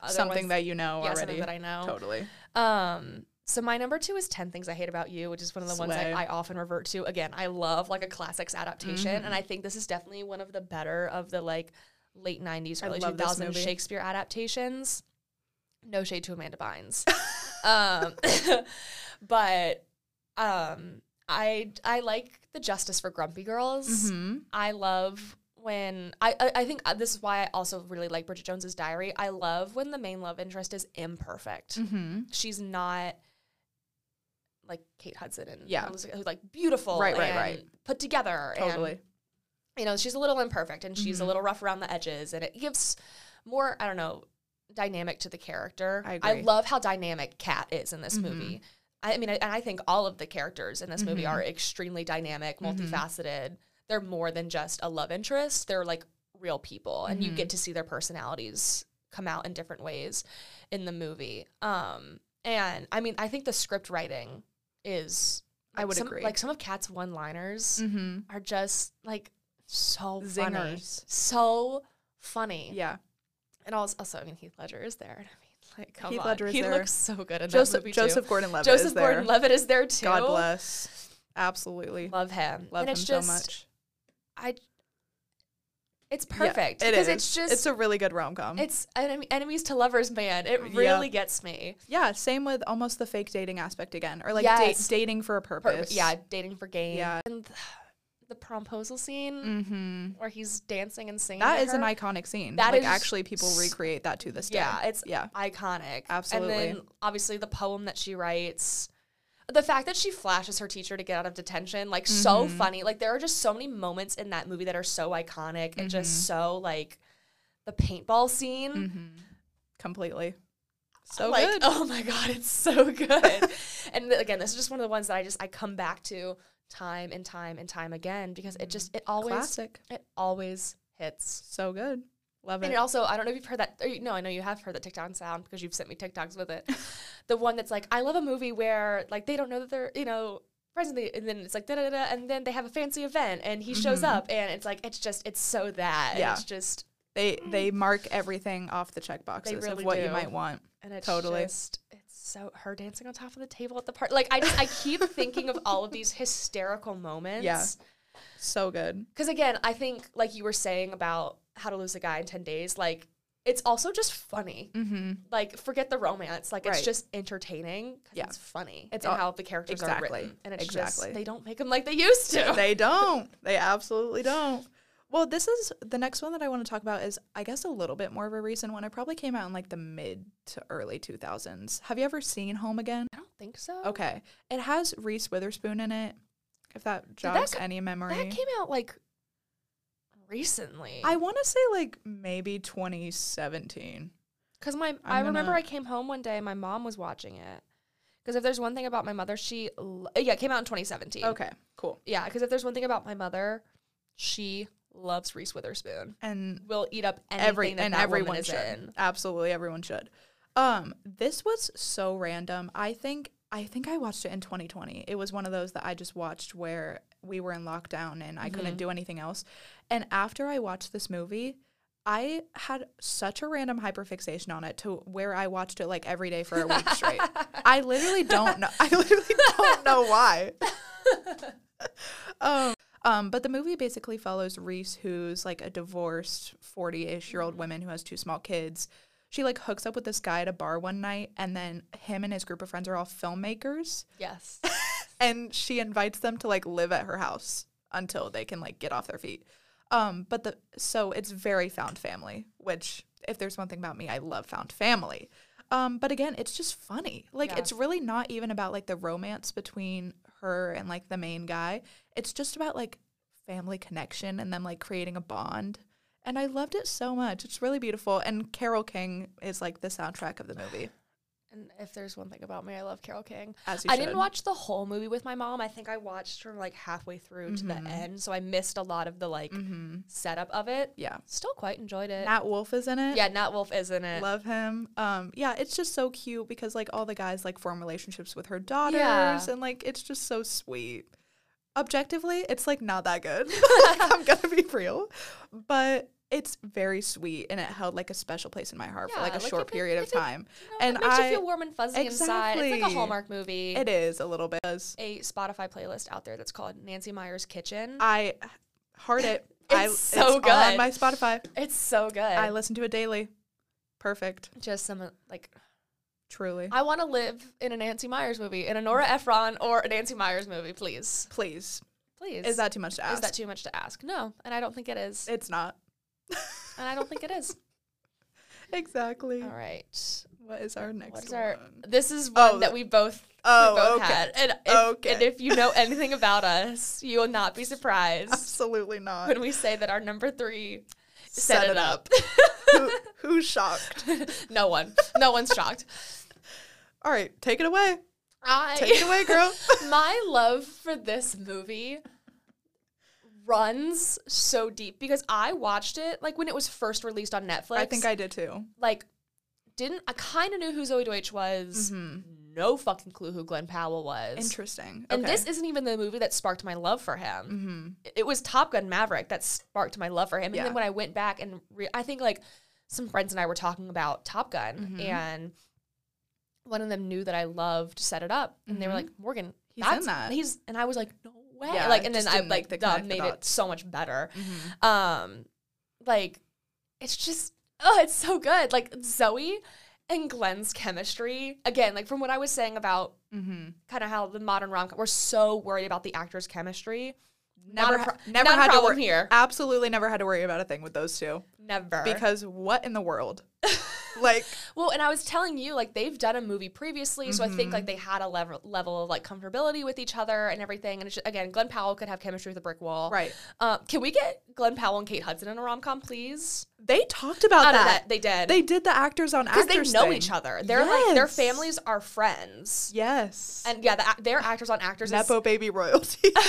S2: other
S1: Mm-hmm. something
S2: ones-
S1: that you know
S2: yeah,
S1: already.
S2: something that I know.
S1: Totally.
S2: Um, so my number two is Ten Things I Hate About You, which is one of the ones I,
S1: Slay.
S2: I often revert to. Again, I love like a classics adaptation,
S1: Mm-hmm.
S2: and I think this is definitely one of the better of the like late '90s,
S1: I
S2: early
S1: love this
S2: 2000s
S1: movie.
S2: Shakespeare adaptations. No shade to Amanda Bynes, um, but um, I I like the justice for Grumpy Girls.
S1: hmm
S2: I love when I, I I think uh, this is why I also really like Bridget Jones's Diary. I love when the main love interest is imperfect.
S1: hmm
S2: She's not like Kate Hudson and
S1: Yeah.
S2: who's, who's, like beautiful,
S1: Right, right,
S2: and
S1: right.
S2: put together,
S1: Totally.
S2: And, you know, she's a little imperfect and she's a
S1: Mhm.
S2: little rough around the edges, and it gives more I don't know dynamic to the character.
S1: I agree.
S2: love how dynamic Kat is in this
S1: Mhm.
S2: movie. I mean, I, and I think all of the characters in this movie
S1: Mhm.
S2: are extremely dynamic,
S1: Mhm.
S2: multifaceted they're more than just a love interest. They're like real people, and you
S1: Mhm.
S2: get to see their personalities come out in different ways in the movie. Um, and I mean, I think the script writing is.
S1: I
S2: like,
S1: would
S2: some,
S1: agree.
S2: Like some of Kat's one-liners
S1: hmm
S2: are just like so funny,
S1: Zingers.
S2: so funny.
S1: Yeah.
S2: And also, also, I mean, Heath Ledger is there. I mean, like, come
S1: Heath
S2: on,
S1: Ledger is
S2: he
S1: there.
S2: looks so good in that
S1: Joseph
S2: movie
S1: Joseph
S2: too.
S1: Gordon-Levitt
S2: Joseph
S1: is there.
S2: Gordon-Levitt is there too.
S1: God bless. Absolutely.
S2: Love him.
S1: Love
S2: and
S1: him
S2: it's
S1: so
S2: just,
S1: much.
S2: I. It's
S1: Yeah,
S2: perfect
S1: it
S2: because
S1: is.
S2: it's
S1: it's
S2: just it's,
S1: a really good rom com.
S2: enem- enemies to lovers, man. It
S1: Mm-hmm. Yeah.
S2: really gets me.
S1: Yeah, same with almost the fake dating aspect again, or like
S2: Yes.
S1: da- dating for a
S2: Per-
S1: purpose.
S2: yeah, dating for gain.
S1: Yeah.
S2: and th- the promposal scene
S1: Mm-hmm.
S2: where he's dancing and singing.
S1: That
S2: to
S1: is an
S2: her,
S1: iconic scene.
S2: That
S1: like
S2: is
S1: actually people
S2: s-
S1: recreate that to this day.
S2: Yeah, it's
S1: yeah.
S2: iconic.
S1: Absolutely.
S2: And then obviously the poem that she writes. The fact that she flashes her teacher to get out of detention, like so
S1: Mhm.
S2: funny. Like there are just so many moments in that movie that are so iconic and
S1: Mm-hmm.
S2: just so like the paintball scene.
S1: hmm Completely. So
S2: like,
S1: good.
S2: Oh my god, it's so good. and th- again, this is just one of the ones that I just I come back to time and time and time again because it just it always
S1: Mm. Classic.
S2: it always hits.
S1: So good. Love
S2: And
S1: it.
S2: it also, I don't know if you've heard that. Or you, no, I know you have heard the TikTok sound because you've sent me TikToks with it. the one that's like, I love a movie where like they don't know that they're you know friends, and, they, and then it's like da da da, and then they have a fancy event, and he shows
S1: Mhm.
S2: up, and it's like it's just it's so that. and
S1: Yeah.
S2: it's just
S1: they they mark everything off the check boxes
S2: Mm. really
S1: of what
S2: do.
S1: you might want.
S2: and it's
S1: Totally.
S2: just it's so her dancing on top of the table at the party. Like I just I keep thinking of all of these hysterical moments.
S1: Yeah. So good.
S2: Because again, I think like you were saying about how to lose a guy in ten days, like it's also just funny.
S1: Mm-hmm.
S2: Like forget the romance, like it's
S1: Right.
S2: just entertaining. 'cause
S1: Yeah.
S2: it's funny.
S1: It's
S2: and
S1: all-
S2: how the characters
S1: exactly.
S2: are written, and it's
S1: Exactly.
S2: just they don't make them like they used to.
S1: they don't. They absolutely don't. Well, this is the next one that I want to talk about is I guess a little bit more of a recent one. It probably came out in like the mid to early 2000s. Have you ever seen Home Again?
S2: I don't think so.
S1: Okay. It has Reese Witherspoon in it. If that jogs
S2: co-
S1: any memory.
S2: that came out like recently.
S1: I want to say like maybe 2017.
S2: Because my, i remember
S1: gonna-
S2: I came home one day and my mom was watching it. Because if there's one thing about my mother, she lo- yeah, it came out in 2017.
S1: Okay, cool.
S2: Yeah, because if there's one thing about my mother, she loves Reese Witherspoon.
S1: And
S2: Will eat up anything
S1: every
S2: that,
S1: and
S2: that
S1: everyone
S2: woman is
S1: should.
S2: in.
S1: Absolutely everyone should. Um this was so random. I think I think I watched it in 2020. It was one of those that I just watched where we were in lockdown and I
S2: Mm-hmm.
S1: couldn't do anything else. And after I watched this movie, I had such a random hyperfixation on it to where I watched it like every day for a week straight. I literally don't know. I literally don't know why. um, um, but the movie basically follows Reese, who's like a divorced 40 ish year old woman who has two small kids. She like hooks up with this guy at a bar one night, and then him and his group of friends are all filmmakers,
S2: Yes.
S1: and she invites them to like live at her house until they can like get off their feet. Um, but the so it's very found family, which if there's one thing about me, I love found family. Um, but again, it's just funny. Like
S2: Yeah.
S1: it's really not even about like the romance between her and like the main guy. It's just about like family connection and them like creating a bond. And I loved it so much. It's really beautiful. And Carol King is like the soundtrack of the movie.
S2: and if there's one thing about me, I love Carol King.
S1: As you
S2: I didn't
S1: should.
S2: watch the whole movie with my mom. I think I watched from like halfway through to the end, so I missed a lot of the like setup of it.
S1: Mm-hmm. Yeah.
S2: Still quite enjoyed it.
S1: Nat Wolf is in it.
S2: yeah, Nat Wolf isn't it?
S1: Love him. Um, yeah, it's just so cute because like all the guys like form relationships with her daughters and like it's just so sweet. Objectively, it's like not that good. I'm gonna be real. But it's very sweet and it held like a special place in my heart for
S2: Yeah,
S1: like a
S2: like,
S1: short
S2: if it-
S1: period of
S2: if it-
S1: time.
S2: You know,
S1: And
S2: it makes
S1: I-
S2: you feel warm and fuzzy inside. It's like
S1: Exactly.
S2: a Hallmark movie.
S1: It is a little bit. 'cause
S2: a Spotify playlist out there that's called Nancy Meyer's Kitchen.
S1: I heart it.
S2: It's
S1: I,
S2: so
S1: it's on
S2: good.
S1: my Spotify.
S2: it's so good.
S1: I listen to it daily. Perfect.
S2: just some of- like
S1: Truly.
S2: I want to live in a Nancy Myers movie, in a Nora Ephron or a Nancy Myers movie, please,
S1: Please.
S2: please.
S1: Is that too much to ask?
S2: is that too much to ask? No, and I don't think it is,
S1: it's not.
S2: and I don't think it is.
S1: Exactly.
S2: All right,
S1: What is our next
S2: what's
S1: one?
S2: our? This is one
S1: Oh,
S2: that we both
S1: oh,
S2: we both
S1: okay.
S2: had, and if,
S1: Okay.
S2: and if you know anything about us, you will not be surprised
S1: Absolutely not.
S2: when we say that our number three set, it up.
S1: Who, who's shocked?
S2: no one, no one's shocked.
S1: All right, take it away.
S2: I
S1: Take it away, girl.
S2: my love for this movie runs so deep because I watched it like when it was first released on Netflix.
S1: I think I did too.
S2: like didn't I kind of knew who Zoe Deutsch was. No fucking clue who Glenn Powell was.
S1: Interesting.
S2: And
S1: Mm-hmm. okay.
S2: this isn't even the movie that sparked my love for him.
S1: Mhm.
S2: It- It was Top Gun Maverick that sparked my love for him. And
S1: Yeah.
S2: then when I went back and re- I think like some friends and I were talking about Top Gun
S1: Mhm.
S2: and one of them knew that I loved Set It Up and they were
S1: Mhm.
S2: like, Morgan,
S1: He's in
S2: that's-
S1: that."
S2: He's and I was like, no way.
S1: Yeah,
S2: like
S1: it
S2: and then
S1: just
S2: I
S1: didn't make
S2: like
S1: the
S2: that
S1: connect the
S2: made it
S1: dots.
S2: so much better.
S1: Mhm.
S2: Um like it's just oh, it's so good. Like Zoe and Glenn's chemistry, again, like from what I was saying about
S1: Mhm.
S2: kind of how the modern rom com. We're so worried about the actors' chemistry. Not
S1: Never,
S2: a
S1: ha-
S2: pro-
S1: never
S2: not a
S1: had to
S2: problem
S1: worry.
S2: here.
S1: Absolutely, never had to worry about a thing with those two.
S2: Never.
S1: Because what in the world? like,
S2: well, and I was telling you, like they've done a movie previously, so I think
S1: Mhm.
S2: like they had a level level of like comfortability with each other and everything. And it's just, again, Glenn Powell could have chemistry with a brick wall.
S1: right?
S2: Uh, can we get Glenn Powell and Kate Hudson in a rom com, please?
S1: They talked about
S2: Out of
S1: that.
S2: that, they did
S1: They did the actors on
S2: because
S1: actors.
S2: they know
S1: thing.
S2: each other. They're like their
S1: Yes.
S2: families are friends.
S1: Yes.
S2: And yeah, the, ac- their actors on actors. Is,
S1: Nepo baby royalty.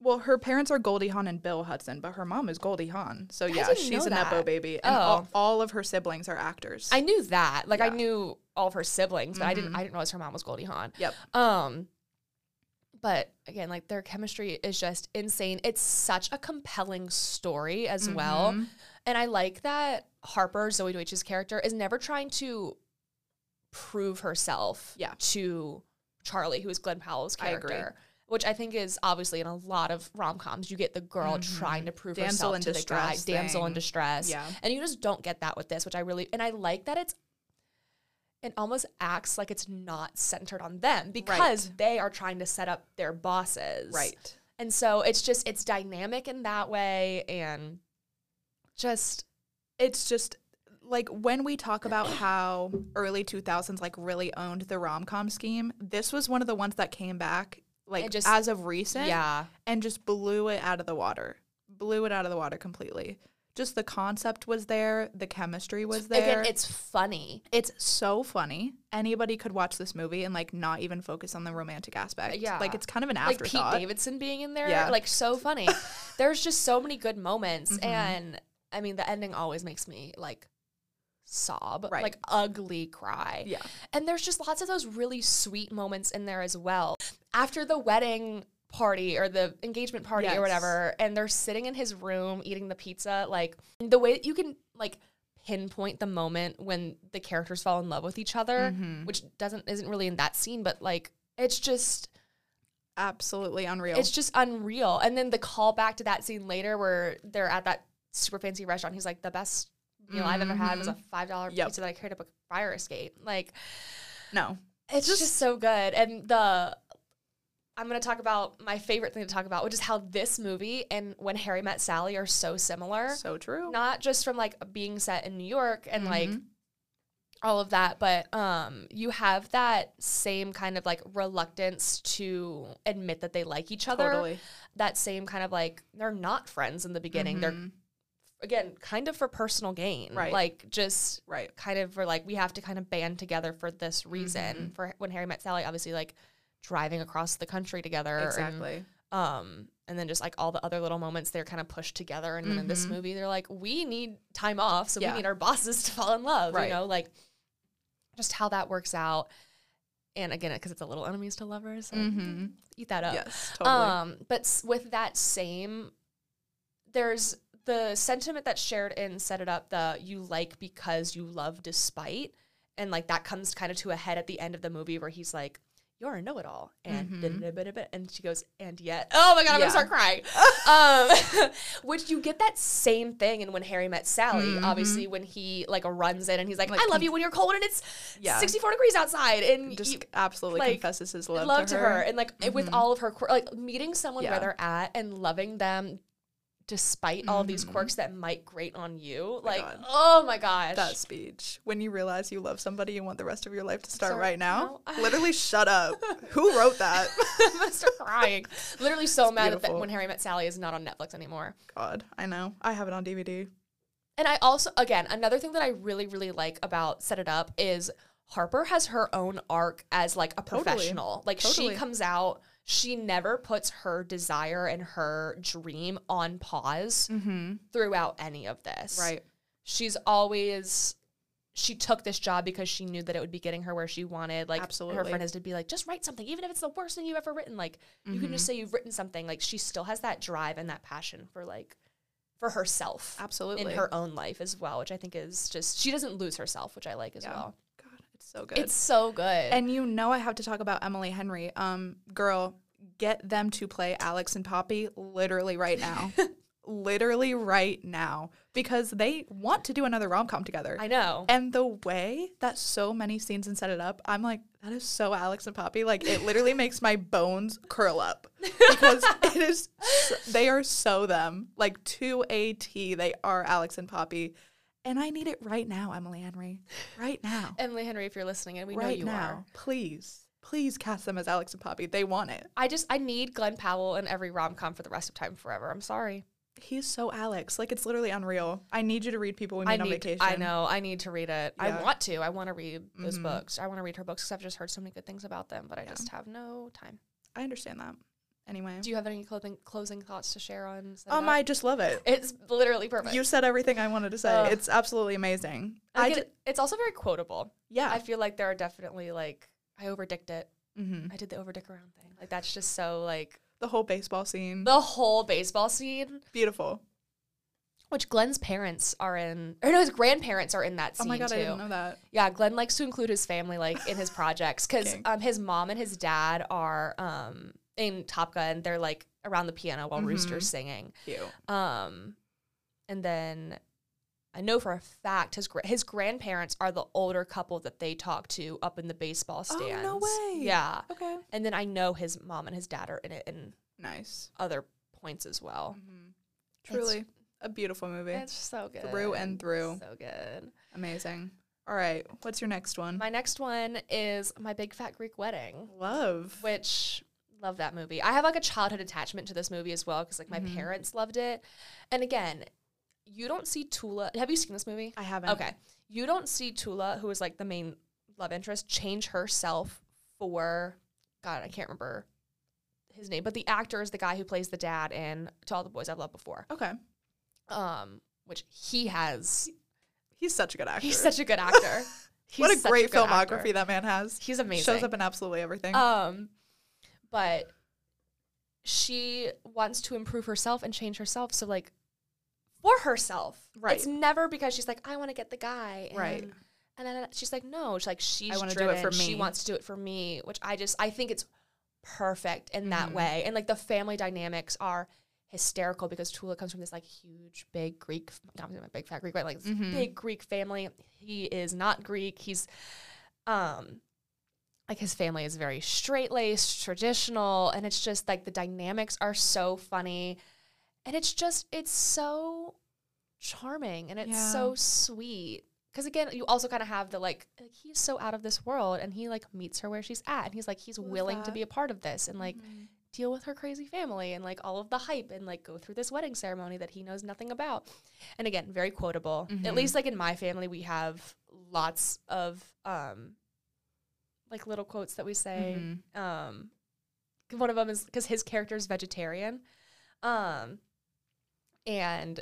S1: well, her parents are Goldie Hawn and Bill Hudson, but her mom is Goldie Hawn. So yeah,
S2: didn't know
S1: she's a Nepo
S2: that.
S1: baby. And all,
S2: Oh.
S1: all of her siblings are actors.
S2: I knew that. Like I
S1: Yeah.
S2: knew all of her siblings, but I didn't.
S1: Mhm.
S2: I didn't realize her mom was Goldie Hawn.
S1: yep.
S2: Um, but again, like their chemistry is just insane. It's such a compelling story as well.
S1: Mhm.
S2: And I like that Harper, Zoe Deutsch's character, is never trying to prove herself
S1: Yeah.
S2: to Charlie, who is Glenn Powell's
S1: I agree.
S2: character. Which I think is obviously in a lot of rom coms, you get the girl
S1: Mhm.
S2: trying to prove
S1: Damsel
S2: herself
S1: in
S2: to the guy,
S1: distress
S2: damsel in
S1: thing.
S2: distress.
S1: Yeah.
S2: And you just don't get that with this, which I really and I like that it's it almost acts like it's not centered on them because they are trying to set up their bosses.
S1: Right.
S2: And so it's just it's dynamic in that way and just
S1: It's just like when we talk about how early 2000s like really owned the rom-com scheme, this was one of the ones that came back like
S2: It just-
S1: as of recent
S2: yeah.
S1: and just blew it out of the water. Blew it out of the water completely. Just the concept was there, the chemistry was there.
S2: Again, it's funny.
S1: It's so funny. Anybody could watch this movie and like not even focus on the romantic aspect.
S2: Yeah.
S1: Like it's kind of an
S2: Like Pete
S1: afterthought.
S2: Davidson being in there,
S1: Yeah. Mm-hmm.
S2: like so funny. There's just so many good moments and I mean the ending always makes me like sob,
S1: Right.
S2: like ugly cry.
S1: yeah.
S2: And there's just lots of those really sweet moments in there as well. After the wedding party or the engagement party
S1: Yes.
S2: or whatever, and they're sitting in his room eating the pizza, like the way that you can like pinpoint the moment when the characters fall in love with each other,
S1: Mhm.
S2: which doesn't isn't really in that scene, but like it's just
S1: Absolutely unreal.
S2: it's just unreal. And then the callback to that scene later where they're at that super fancy restaurant, he's like the best meal I've ever had was a five dollar
S1: Mm-hmm. Yep.
S2: pizza that I carried up a fire escape. Like
S1: no.
S2: it's just, so good. And the I'm gonna talk about my favorite thing to talk about, which is how this movie and when Harry met Sally are so similar.
S1: So true.
S2: Not just from like being set in New York and like
S1: Mhm.
S2: all of that, but um you have that same kind of like reluctance to admit that they like each other.
S1: totally.
S2: That same kind of like they're not friends in the beginning. They're
S1: Mhm.
S2: again kind of for personal gain.
S1: Right.
S2: Like just
S1: right.
S2: kind of were like we have to kind of band together for this reason
S1: Mm-hmm.
S2: for when harry met sally obviously like driving across the country together and,
S1: Exactly.
S2: um and then just like all the other little moments they're kind of pushed together and then in this
S1: Mhm.
S2: movie they're like we need time off so
S1: Yeah.
S2: we need our bosses to fall in love
S1: Right.
S2: you know like just how that works out and again because it's a little enemies to lovers so
S1: Mhm.
S2: eat that up
S1: Yes. Totally.
S2: um, but s- with that same, there's the sentiment that's shared in set it up the you like because you love despite and like that comes kind of to a head at the end of the movie where he's like you're a know-it-all and da-da-da-da-da-da," and she goes and yet oh my god i'm
S1: Mm-hmm. Yeah.
S2: gonna start crying um which you get that same thing and when harry met sally obviously when he like runs in and he's like,
S1: Mm-hmm. Like,
S2: i love
S1: conf-
S2: you when you're cold and it's
S1: Yeah.
S2: 64 degrees outside and
S1: Just
S2: you-
S1: absolutely
S2: like,
S1: confesses his
S2: love,
S1: love, Mm-hmm.
S2: to her, and like it- with all of her quir- like meeting someone
S1: Yeah.
S2: where they're at and loving them despite all of these quirks that might grate on you like
S1: Mm-hmm. God.
S2: oh my gosh
S1: That speech. When you realize you love somebody and want the rest of your life to start
S2: sorry,
S1: right now.
S2: no.
S1: Literally shut up. Who wrote that?
S2: i'm gonna start crying literally so mad that- that
S1: beautiful.
S2: when harry met sally is not on netflix anymore
S1: God, I know. I have it on DVD.
S2: and i also again another thing that i really really like about set it up is harper has her own arc as like a
S1: Totally.
S2: professional like
S1: Totally.
S2: she comes out she never puts her desire and her dream on pause
S1: Mm-hmm.
S2: throughout any of this she's always she took this job because she knew that it would be getting her where she wanted. Like her
S1: Absolutely.
S2: friend has to be like, just write something, even if it's the worst thing you've ever written. Like you
S1: Mm-hmm.
S2: can just say you've written something. Like she still has that drive and that passion for like for herself
S1: Absolutely.
S2: in her own life as well, which I think is just she doesn't lose herself, which I like as
S1: Yeah.
S2: well.
S1: God, it's so good.
S2: It's so good.
S1: and you know I have to talk about Emily Henry. Um, girl, get them to play Alex and Poppy literally right now. literally right now. Because they want to do another rom com together.
S2: I know.
S1: And the way that so many scenes and set it up, I'm like, that is so Alex and Poppy. Like, it literally makes my bones curl up because it is, so- they are so them. Like, to a T, they are Alex and Poppy. And I need it right now, Emily Henry. Right now.
S2: Emily Henry, if you're listening, and we know
S1: right
S2: you
S1: now.
S2: are.
S1: Please, please cast them as Alex and Poppy. They want it.
S2: I just I need Glenn Powell in every rom com for the rest of time forever. I'm sorry.
S1: He's so Alex. Like, it's literally unreal. I need you to read People We Meet
S2: I
S1: on
S2: need,
S1: Vacation.
S2: I know. I need to read it.
S1: Yeah. Mm-hmm.
S2: I want to. I want to read those books. I want to read her books because I've just heard so many good things about them, but I just have no time.
S1: I understand that. Anyway.
S2: Do you have any closing closing thoughts to share on? Set It
S1: Um,
S2: Up?
S1: I just love it.
S2: It's literally perfect.
S1: You said everything I wanted to say.
S2: Ugh.
S1: it's absolutely amazing.
S2: I
S1: I ju-
S2: get, it's also very quotable.
S1: yeah.
S2: I feel like there are definitely like I overdicked it.
S1: Mhm.
S2: I did the overdick around thing. Like that's just so like
S1: The whole baseball scene.
S2: the whole baseball scene,
S1: Beautiful.
S2: which Glenn's parents are in, or no, his grandparents are in that
S1: Oh
S2: scene
S1: my god,
S2: too.
S1: I didn't know that.
S2: Yeah, Glenn likes to include his family like in his projects because
S1: King.
S2: um, his mom and his dad are um, in Top Gun. They're like around the piano while Rooster's singing.
S1: Cute.
S2: Um, and then I know for a fact his gra- his grandparents are the older couple that they talk to up in the baseball
S1: Oh, no
S2: stands.
S1: way.
S2: Yeah,
S1: Okay.
S2: and then I know his mom and his dad are in it in
S1: Nice. Mm-hmm.
S2: other points as well. Oh. It's-
S1: Truly a beautiful movie.
S2: It's so good
S1: Through and through.
S2: So good.
S1: Amazing. All right. What's your next one?
S2: My next one is my big fat Greek wedding.
S1: Love.
S2: which love that movie. I have like a childhood attachment to this movie as well because like
S1: Mm-hmm.
S2: my parents loved it. And again, you don't see Tula. Have you seen this movie?
S1: I haven't.
S2: Okay. You don't see Tula, who is like the main love interest, change herself for God, I can't remember his name, but the actor is the guy who plays the dad in To All the Boys I've Loved Before.
S1: Okay.
S2: Um, which he has.
S1: He's such a good actor.
S2: He's such a good actor.
S1: what a
S2: He's such
S1: great
S2: good
S1: filmography
S2: actor.
S1: that man has.
S2: He's amazing.
S1: Shows up in absolutely everything.
S2: Um, but she wants to improve herself and change herself. So like for herself,
S1: Right.
S2: It's never because she's like, I want to get the guy, and,
S1: Right.
S2: And then she's like, no, she's like she's
S1: wanna
S2: driven. Do it for me. She wants to do it for me, which I just I think it's perfect in that way. And like the family dynamics are hysterical because Tula comes from this like huge big Greek not even a big fat Greek but like this big Greek family. He is not Greek. He's um like his family is very straight laced, traditional, and it's just like the dynamics are so funny. And it's just it's so charming and it's
S1: Yeah.
S2: so sweet. Cause again, you also kind of have the like, like he's so out of this world and he like meets her where she's at and he's like he's
S1: Love
S2: willing to
S1: that.
S2: be a part of this and like deal with her crazy family and like all of the hype and like go through this wedding ceremony that he knows nothing about. And again, very quotable. At least like in my family, we have lots of um like little quotes that we say.
S1: Mm-hmm.
S2: Um one of them is because his character is vegetarian. Um and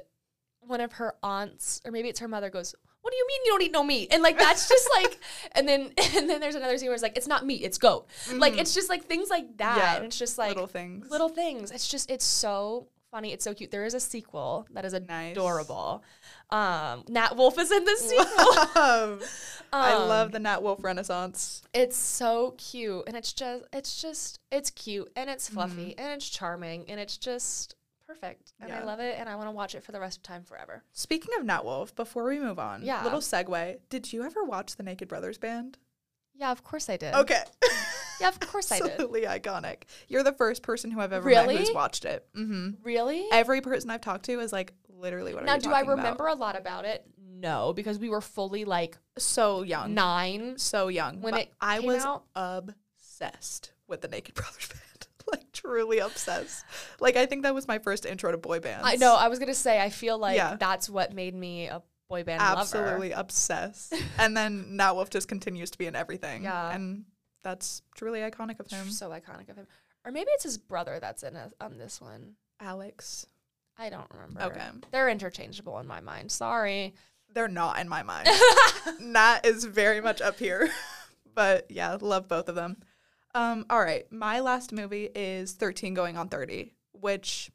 S2: one of her aunts, or maybe it's her mother, goes, What do you mean you don't eat no meat? And like that's just like and then and then there's another scene where it's like, it's not meat, it's goat. Like it's just like things like that.
S1: Yeah.
S2: And it's just like
S1: little Mm-hmm. things.
S2: little things. It's just it's so funny. It's so cute. There is a sequel that is
S1: Nice.
S2: adorable. Um, Nat Wolf is in the sequel.
S1: Love. I
S2: Um,
S1: love the Nat Wolf Renaissance.
S2: It's so cute, and it's just, it's just, it's cute, and it's fluffy, and it's charming, and it's just perfect, and I
S1: Yeah.
S2: love it, and I want to watch it for the rest of time forever.
S1: Speaking of Nat Wolf, before we move on,
S2: Yeah.
S1: little segue. Did you ever watch the Naked Brothers band?
S2: Yeah, of course I did.
S1: Okay.
S2: Yeah, of course I did.
S1: Absolutely iconic. You're the first person who I've ever met who's
S2: Really?
S1: watched it. hmm
S2: Really?
S1: Every person I've talked to is like, literally, what are
S2: now,
S1: you
S2: do I
S1: talking about?
S2: remember a lot about it? No, because we were fully like
S1: So young.
S2: nine.
S1: so young.
S2: When
S1: but
S2: it
S1: I
S2: came
S1: was
S2: out?
S1: obsessed with the Naked Brothers band. like truly obsessed. Like I think that was my first intro to boy bands.
S2: I know. I was gonna say. I feel like
S1: Yeah.
S2: that's what made me a boy band lover.
S1: Absolutely obsessed. and then Nat Wolf just continues to be in everything.
S2: Yeah.
S1: And that's truly iconic of him.
S2: So iconic of him. Or maybe it's his brother that's in a, on this one.
S1: Alex.
S2: I don't remember.
S1: Okay.
S2: They're interchangeable in my mind. Sorry.
S1: They're not in my mind. Nat is very much up here. but yeah, love both of them. Um, all right. My last movie is 13 Going on 30, which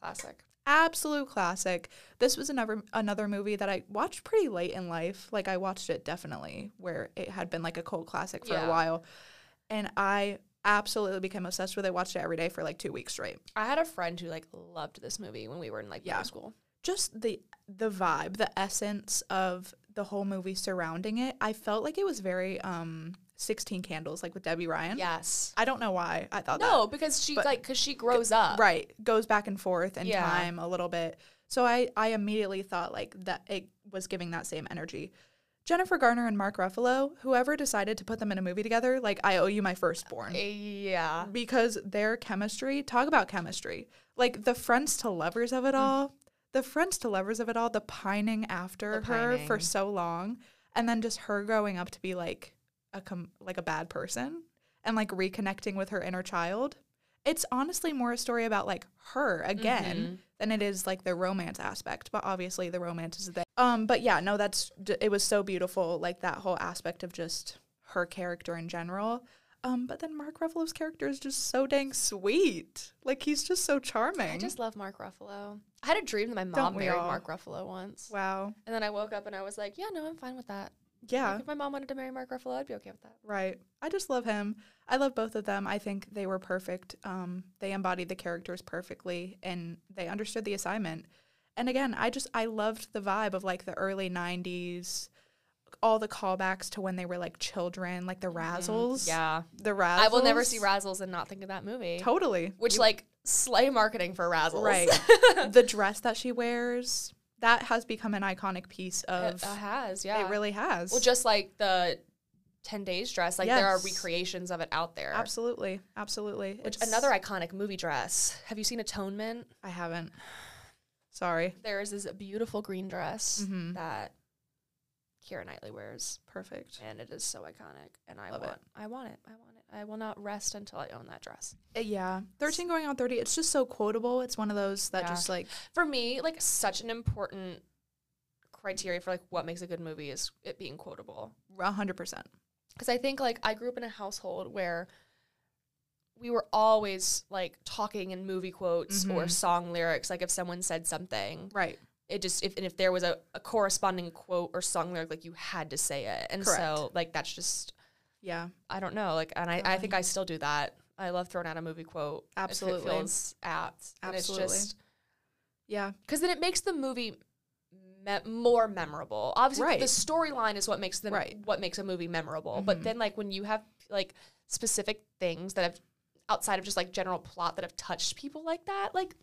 S2: Classic.
S1: absolute classic. This was another another movie that I watched pretty late in life. Like I watched it definitely where it had been like a cult classic for
S2: Yeah.
S1: a while, and I absolutely became obsessed with it. Watched it every day for like two weeks straight.
S2: I had a friend who like loved this movie when we were in like
S1: Yeah.
S2: middle school.
S1: Just the the vibe, the essence of the whole movie surrounding it. I felt like it was very um Sixteen Candles, like with Debbie Ryan.
S2: Yes.
S1: I don't know why I thought that.
S2: No, because she
S1: But-
S2: like because she grows up.
S1: right goes back and forth in
S2: Yeah.
S1: time a little bit so i i immediately thought like that it was giving that same energy jennifer garner and mark ruffalo whoever decided to put them in a movie together like i owe you my firstborn
S2: Eh, Yeah.
S1: because their chemistry talk about chemistry like the friends to lovers of it
S2: Mm.
S1: all the friends to lovers of it all the pining after
S2: The
S1: her for
S2: pining.
S1: so long and then just her growing up to be like a com- like a bad person and like reconnecting with her inner child it's honestly more a story about like her again
S2: Mm-hmm.
S1: than it is like the romance aspect but obviously the romance is there um but yeah no that's d- it was so beautiful like that whole aspect of just her character in general um but then mark ruffalo's character is just so dang sweet like he's just so charming
S2: I just love Mark Ruffalo. I had a dream that my
S1: Don't
S2: mom
S1: we
S2: married
S1: all?
S2: Mark Ruffalo once.
S1: wow
S2: And then I woke up and I was like, yeah, no, I'm fine with that.
S1: yeah
S2: Like, if my mom wanted to marry Mark Ruffalo, I'd be okay with that.
S1: right i just love him i love both of them i think they were perfect um they embodied the characters perfectly and they understood the assignment and again i just i loved the vibe of like the early 90s all the callbacks to when they were like children like the razzles
S2: Mm-hmm. Yeah.
S1: the razzles
S2: I will never see Razzles and not think of that movie.
S1: totally
S2: Which, like, slay marketing for Razzles.
S1: right the dress that she wears that has become an iconic piece
S2: it,
S1: of
S2: it has, yeah.
S1: it really has
S2: Well, just like the 10 Days dress, like, there are
S1: Yes.
S2: recreations of it out there.
S1: absolutely absolutely
S2: Which,
S1: It's-
S2: another iconic movie dress. Have you seen Atonement?
S1: i haven't sorry
S2: There is this beautiful green dress
S1: Mhm.
S2: that Kira Knightley wears.
S1: perfect
S2: and it is so iconic. And I
S1: Love it.
S2: want, I want it, I want it. I will not rest until I own that dress.
S1: Uh, yeah 13 going on 30 it's just so quotable it's one of those that
S2: Yeah.
S1: just like
S2: For me, like such an important criteria for like what makes a good movie is it being quotable.
S1: 100%
S2: Because I think like I grew up in a household where we were always like talking in movie quotes or
S1: Mhm.
S2: song lyrics. Like if someone said something,
S1: right
S2: it just if and if there was a, a corresponding quote or song lyric, like you had to say it. And so
S1: Correct.
S2: like that's just
S1: yeah
S2: I don't know. Like, and I, I think I still do that. I love throwing out a movie quote. if
S1: Absolutely.
S2: it feels apt.
S1: Absolutely.
S2: And it's just
S1: yeah
S2: because then it makes the movie me- more memorable. Obviously,
S1: Right.
S2: the storyline is what makes them
S1: Right. Mm-hmm.
S2: what makes a movie memorable. But then, like when you have like specific things that have outside of just like general plot that have touched people like that, like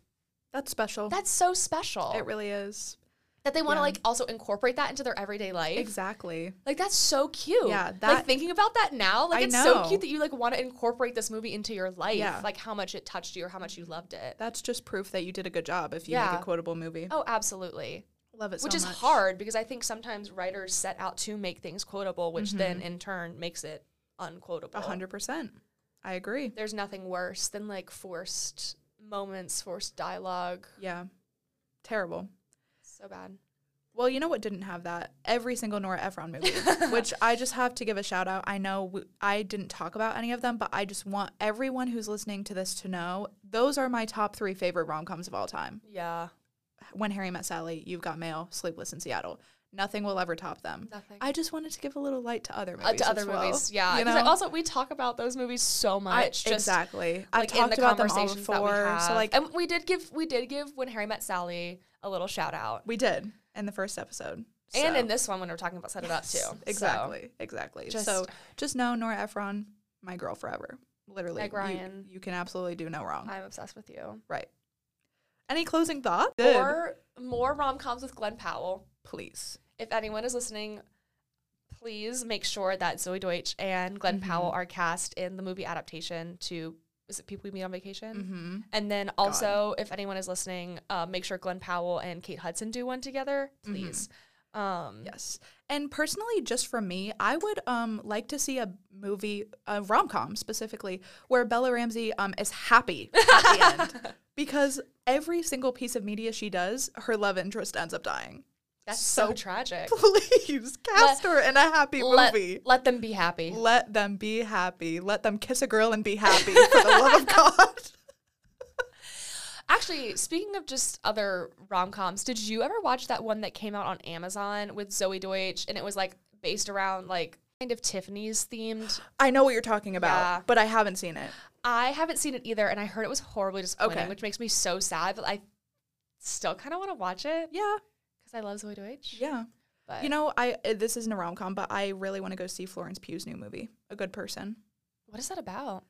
S1: that's special
S2: that's so special
S1: it really is
S2: that they want to
S1: yeah.
S2: like also incorporate that into their everyday life.
S1: exactly
S2: Like that's so cute.
S1: Yeah,
S2: like
S1: that-
S2: thinking about that now, like
S1: I
S2: it's so
S1: know.
S2: cute that you like want to incorporate this movie into your life.
S1: Yeah.
S2: Like how much it touched you or how much you loved it.
S1: that's just proof that you did a good job if you make
S2: Yeah.
S1: a quotable movie
S2: Oh, absolutely.
S1: love it so
S2: which is
S1: much.
S2: hard because I think sometimes writers set out to make things quotable, which then in turn makes it unquotable.
S1: Mm-hmm. A 100% i agree
S2: There's nothing worse than like forced moments, forced dialogue.
S1: yeah terrible
S2: So bad.
S1: Well, you know what didn't have that? Every single Nora Ephron movie, which I just have to give a shout out. I know w I didn't talk about any of them, but I just want everyone who's listening to this to know those are my top three favorite rom coms of all time.
S2: Yeah.
S1: When Harry Met Sally, You've Got Mail, Sleepless in Seattle. Nothing will ever top them.
S2: Nothing.
S1: I just wanted to give a little light to other movies.
S2: Uh, to other
S1: as well,
S2: movies, yeah.
S1: You
S2: 'Cause,
S1: know?
S2: like, also, we talk about those movies so much.
S1: I-
S2: just
S1: exactly. I've
S2: like in
S1: talked
S2: the
S1: about them all
S2: conversations
S1: before.
S2: that we have.
S1: So like
S2: and we did give we did give when Harry met Sally a little shout out,
S1: we did in the first episode.
S2: and
S1: So-
S2: in this one when we we're talking about set it up too. So,
S1: Exactly. exactly.
S2: Just-
S1: so just know Nora Ephron, my girl forever. Literally.
S2: Meg
S1: you-
S2: Ryan.
S1: You, can absolutely do no wrong.
S2: I'm obsessed with you.
S1: right. Any closing thoughts?
S2: Or more rom coms with Glenn Powell.
S1: Please.
S2: If anyone is listening, please make sure that Zoe Deutsch and Glenn Powell are cast in the movie adaptation to is it People We Meet on Vacation?
S1: Mm-hmm.
S2: And then also, if anyone is listening, uh, make sure Glenn Powell and Kate Hudson do one together, please. Um,
S1: Yes. And personally, just from me, I would um like to see a movie, a rom com specifically, where Bella Ramsey um is happy at the end. Because every single piece of media she does, her love interest ends up dying.
S2: That's so,
S1: So
S2: tragic.
S1: Please cast her in a happy
S2: Let,
S1: movie.
S2: let them be happy.
S1: Let them be happy. Let them kiss a girl and be happy for the love of God.
S2: Actually, speaking of just other rom coms, did you ever watch that one that came out on Amazon with Zoe Deutsch and it was like based around like kind of Tiffany's themed?
S1: I know what you're talking about,
S2: Yeah.
S1: but I haven't seen it.
S2: I haven't seen it either and I heard it was horribly disappointing,
S1: Okay.
S2: which makes me so sad, but I still kind of want to watch it
S1: Yeah,
S2: because I love Zoe Deutsch.
S1: yeah.
S2: But
S1: You know, I uh, this isn't a rom com, but I really want to go see Florence Pugh's new movie, A Good Person.
S2: what is that about?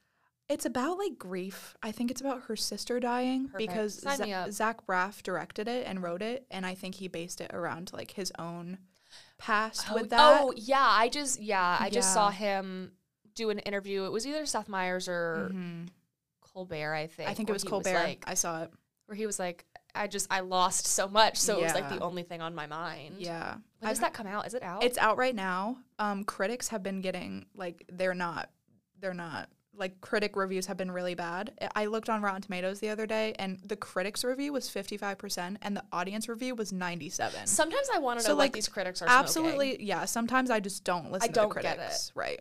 S1: It's about like grief. I think it's about her sister dying
S2: Perfect.
S1: because
S2: Sign me
S1: Za-
S2: up.
S1: Zach Braff directed it and wrote it, and I think he based it around like his own past
S2: Oh,
S1: with that.
S2: Oh yeah, I just yeah, I just
S1: Yeah.
S2: saw him do an interview. It was either Seth Meyers or
S1: Mhm.
S2: Colbert, I think.
S1: I think it
S2: where
S1: was
S2: he
S1: Colbert.
S2: like,
S1: I saw it.
S2: where he was like, I just I lost so much, so it was like
S1: Yeah.
S2: the only thing on my mind.
S1: Yeah,
S2: When does
S1: I've-
S2: that come out? Is it out?
S1: It's out right now. Um, critics have been getting like they're not, they're not like critic reviews have been really bad. I I looked on Rotten Tomatoes the other day, and the critics review was fifty five percent, and the audience review was ninety seven.
S2: Sometimes I want to
S1: So,
S2: know like,
S1: like,
S2: these critics are
S1: Absolutely,
S2: smoking.
S1: yeah. Sometimes I just don't listen
S2: don't
S1: to the
S2: get it.
S1: critics, right?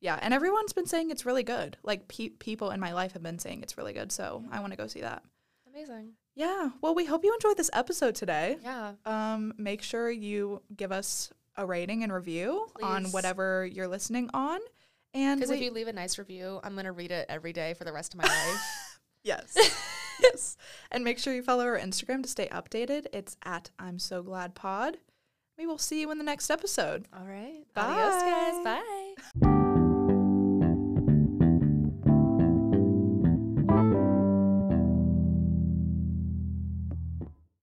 S1: Yeah, and everyone's been saying it's really good. Like pe- people in my life have been saying it's really good, so I want to go see that.
S2: Amazing.
S1: Yeah. Well, we hope you enjoyed this episode today
S2: Yeah.
S1: um, make sure you give us a rating and review on
S2: Please.
S1: whatever you're listening on. And
S2: Because if
S1: we-
S2: you leave a nice review, I'm gonna read it every day for the rest of my life.
S1: yes, yes, and make sure you follow our Instagram to stay updated. It's at I'm so glad pod. We will see you in the next episode.
S2: All right. Adios,
S1: Bye.
S2: guys. Bye.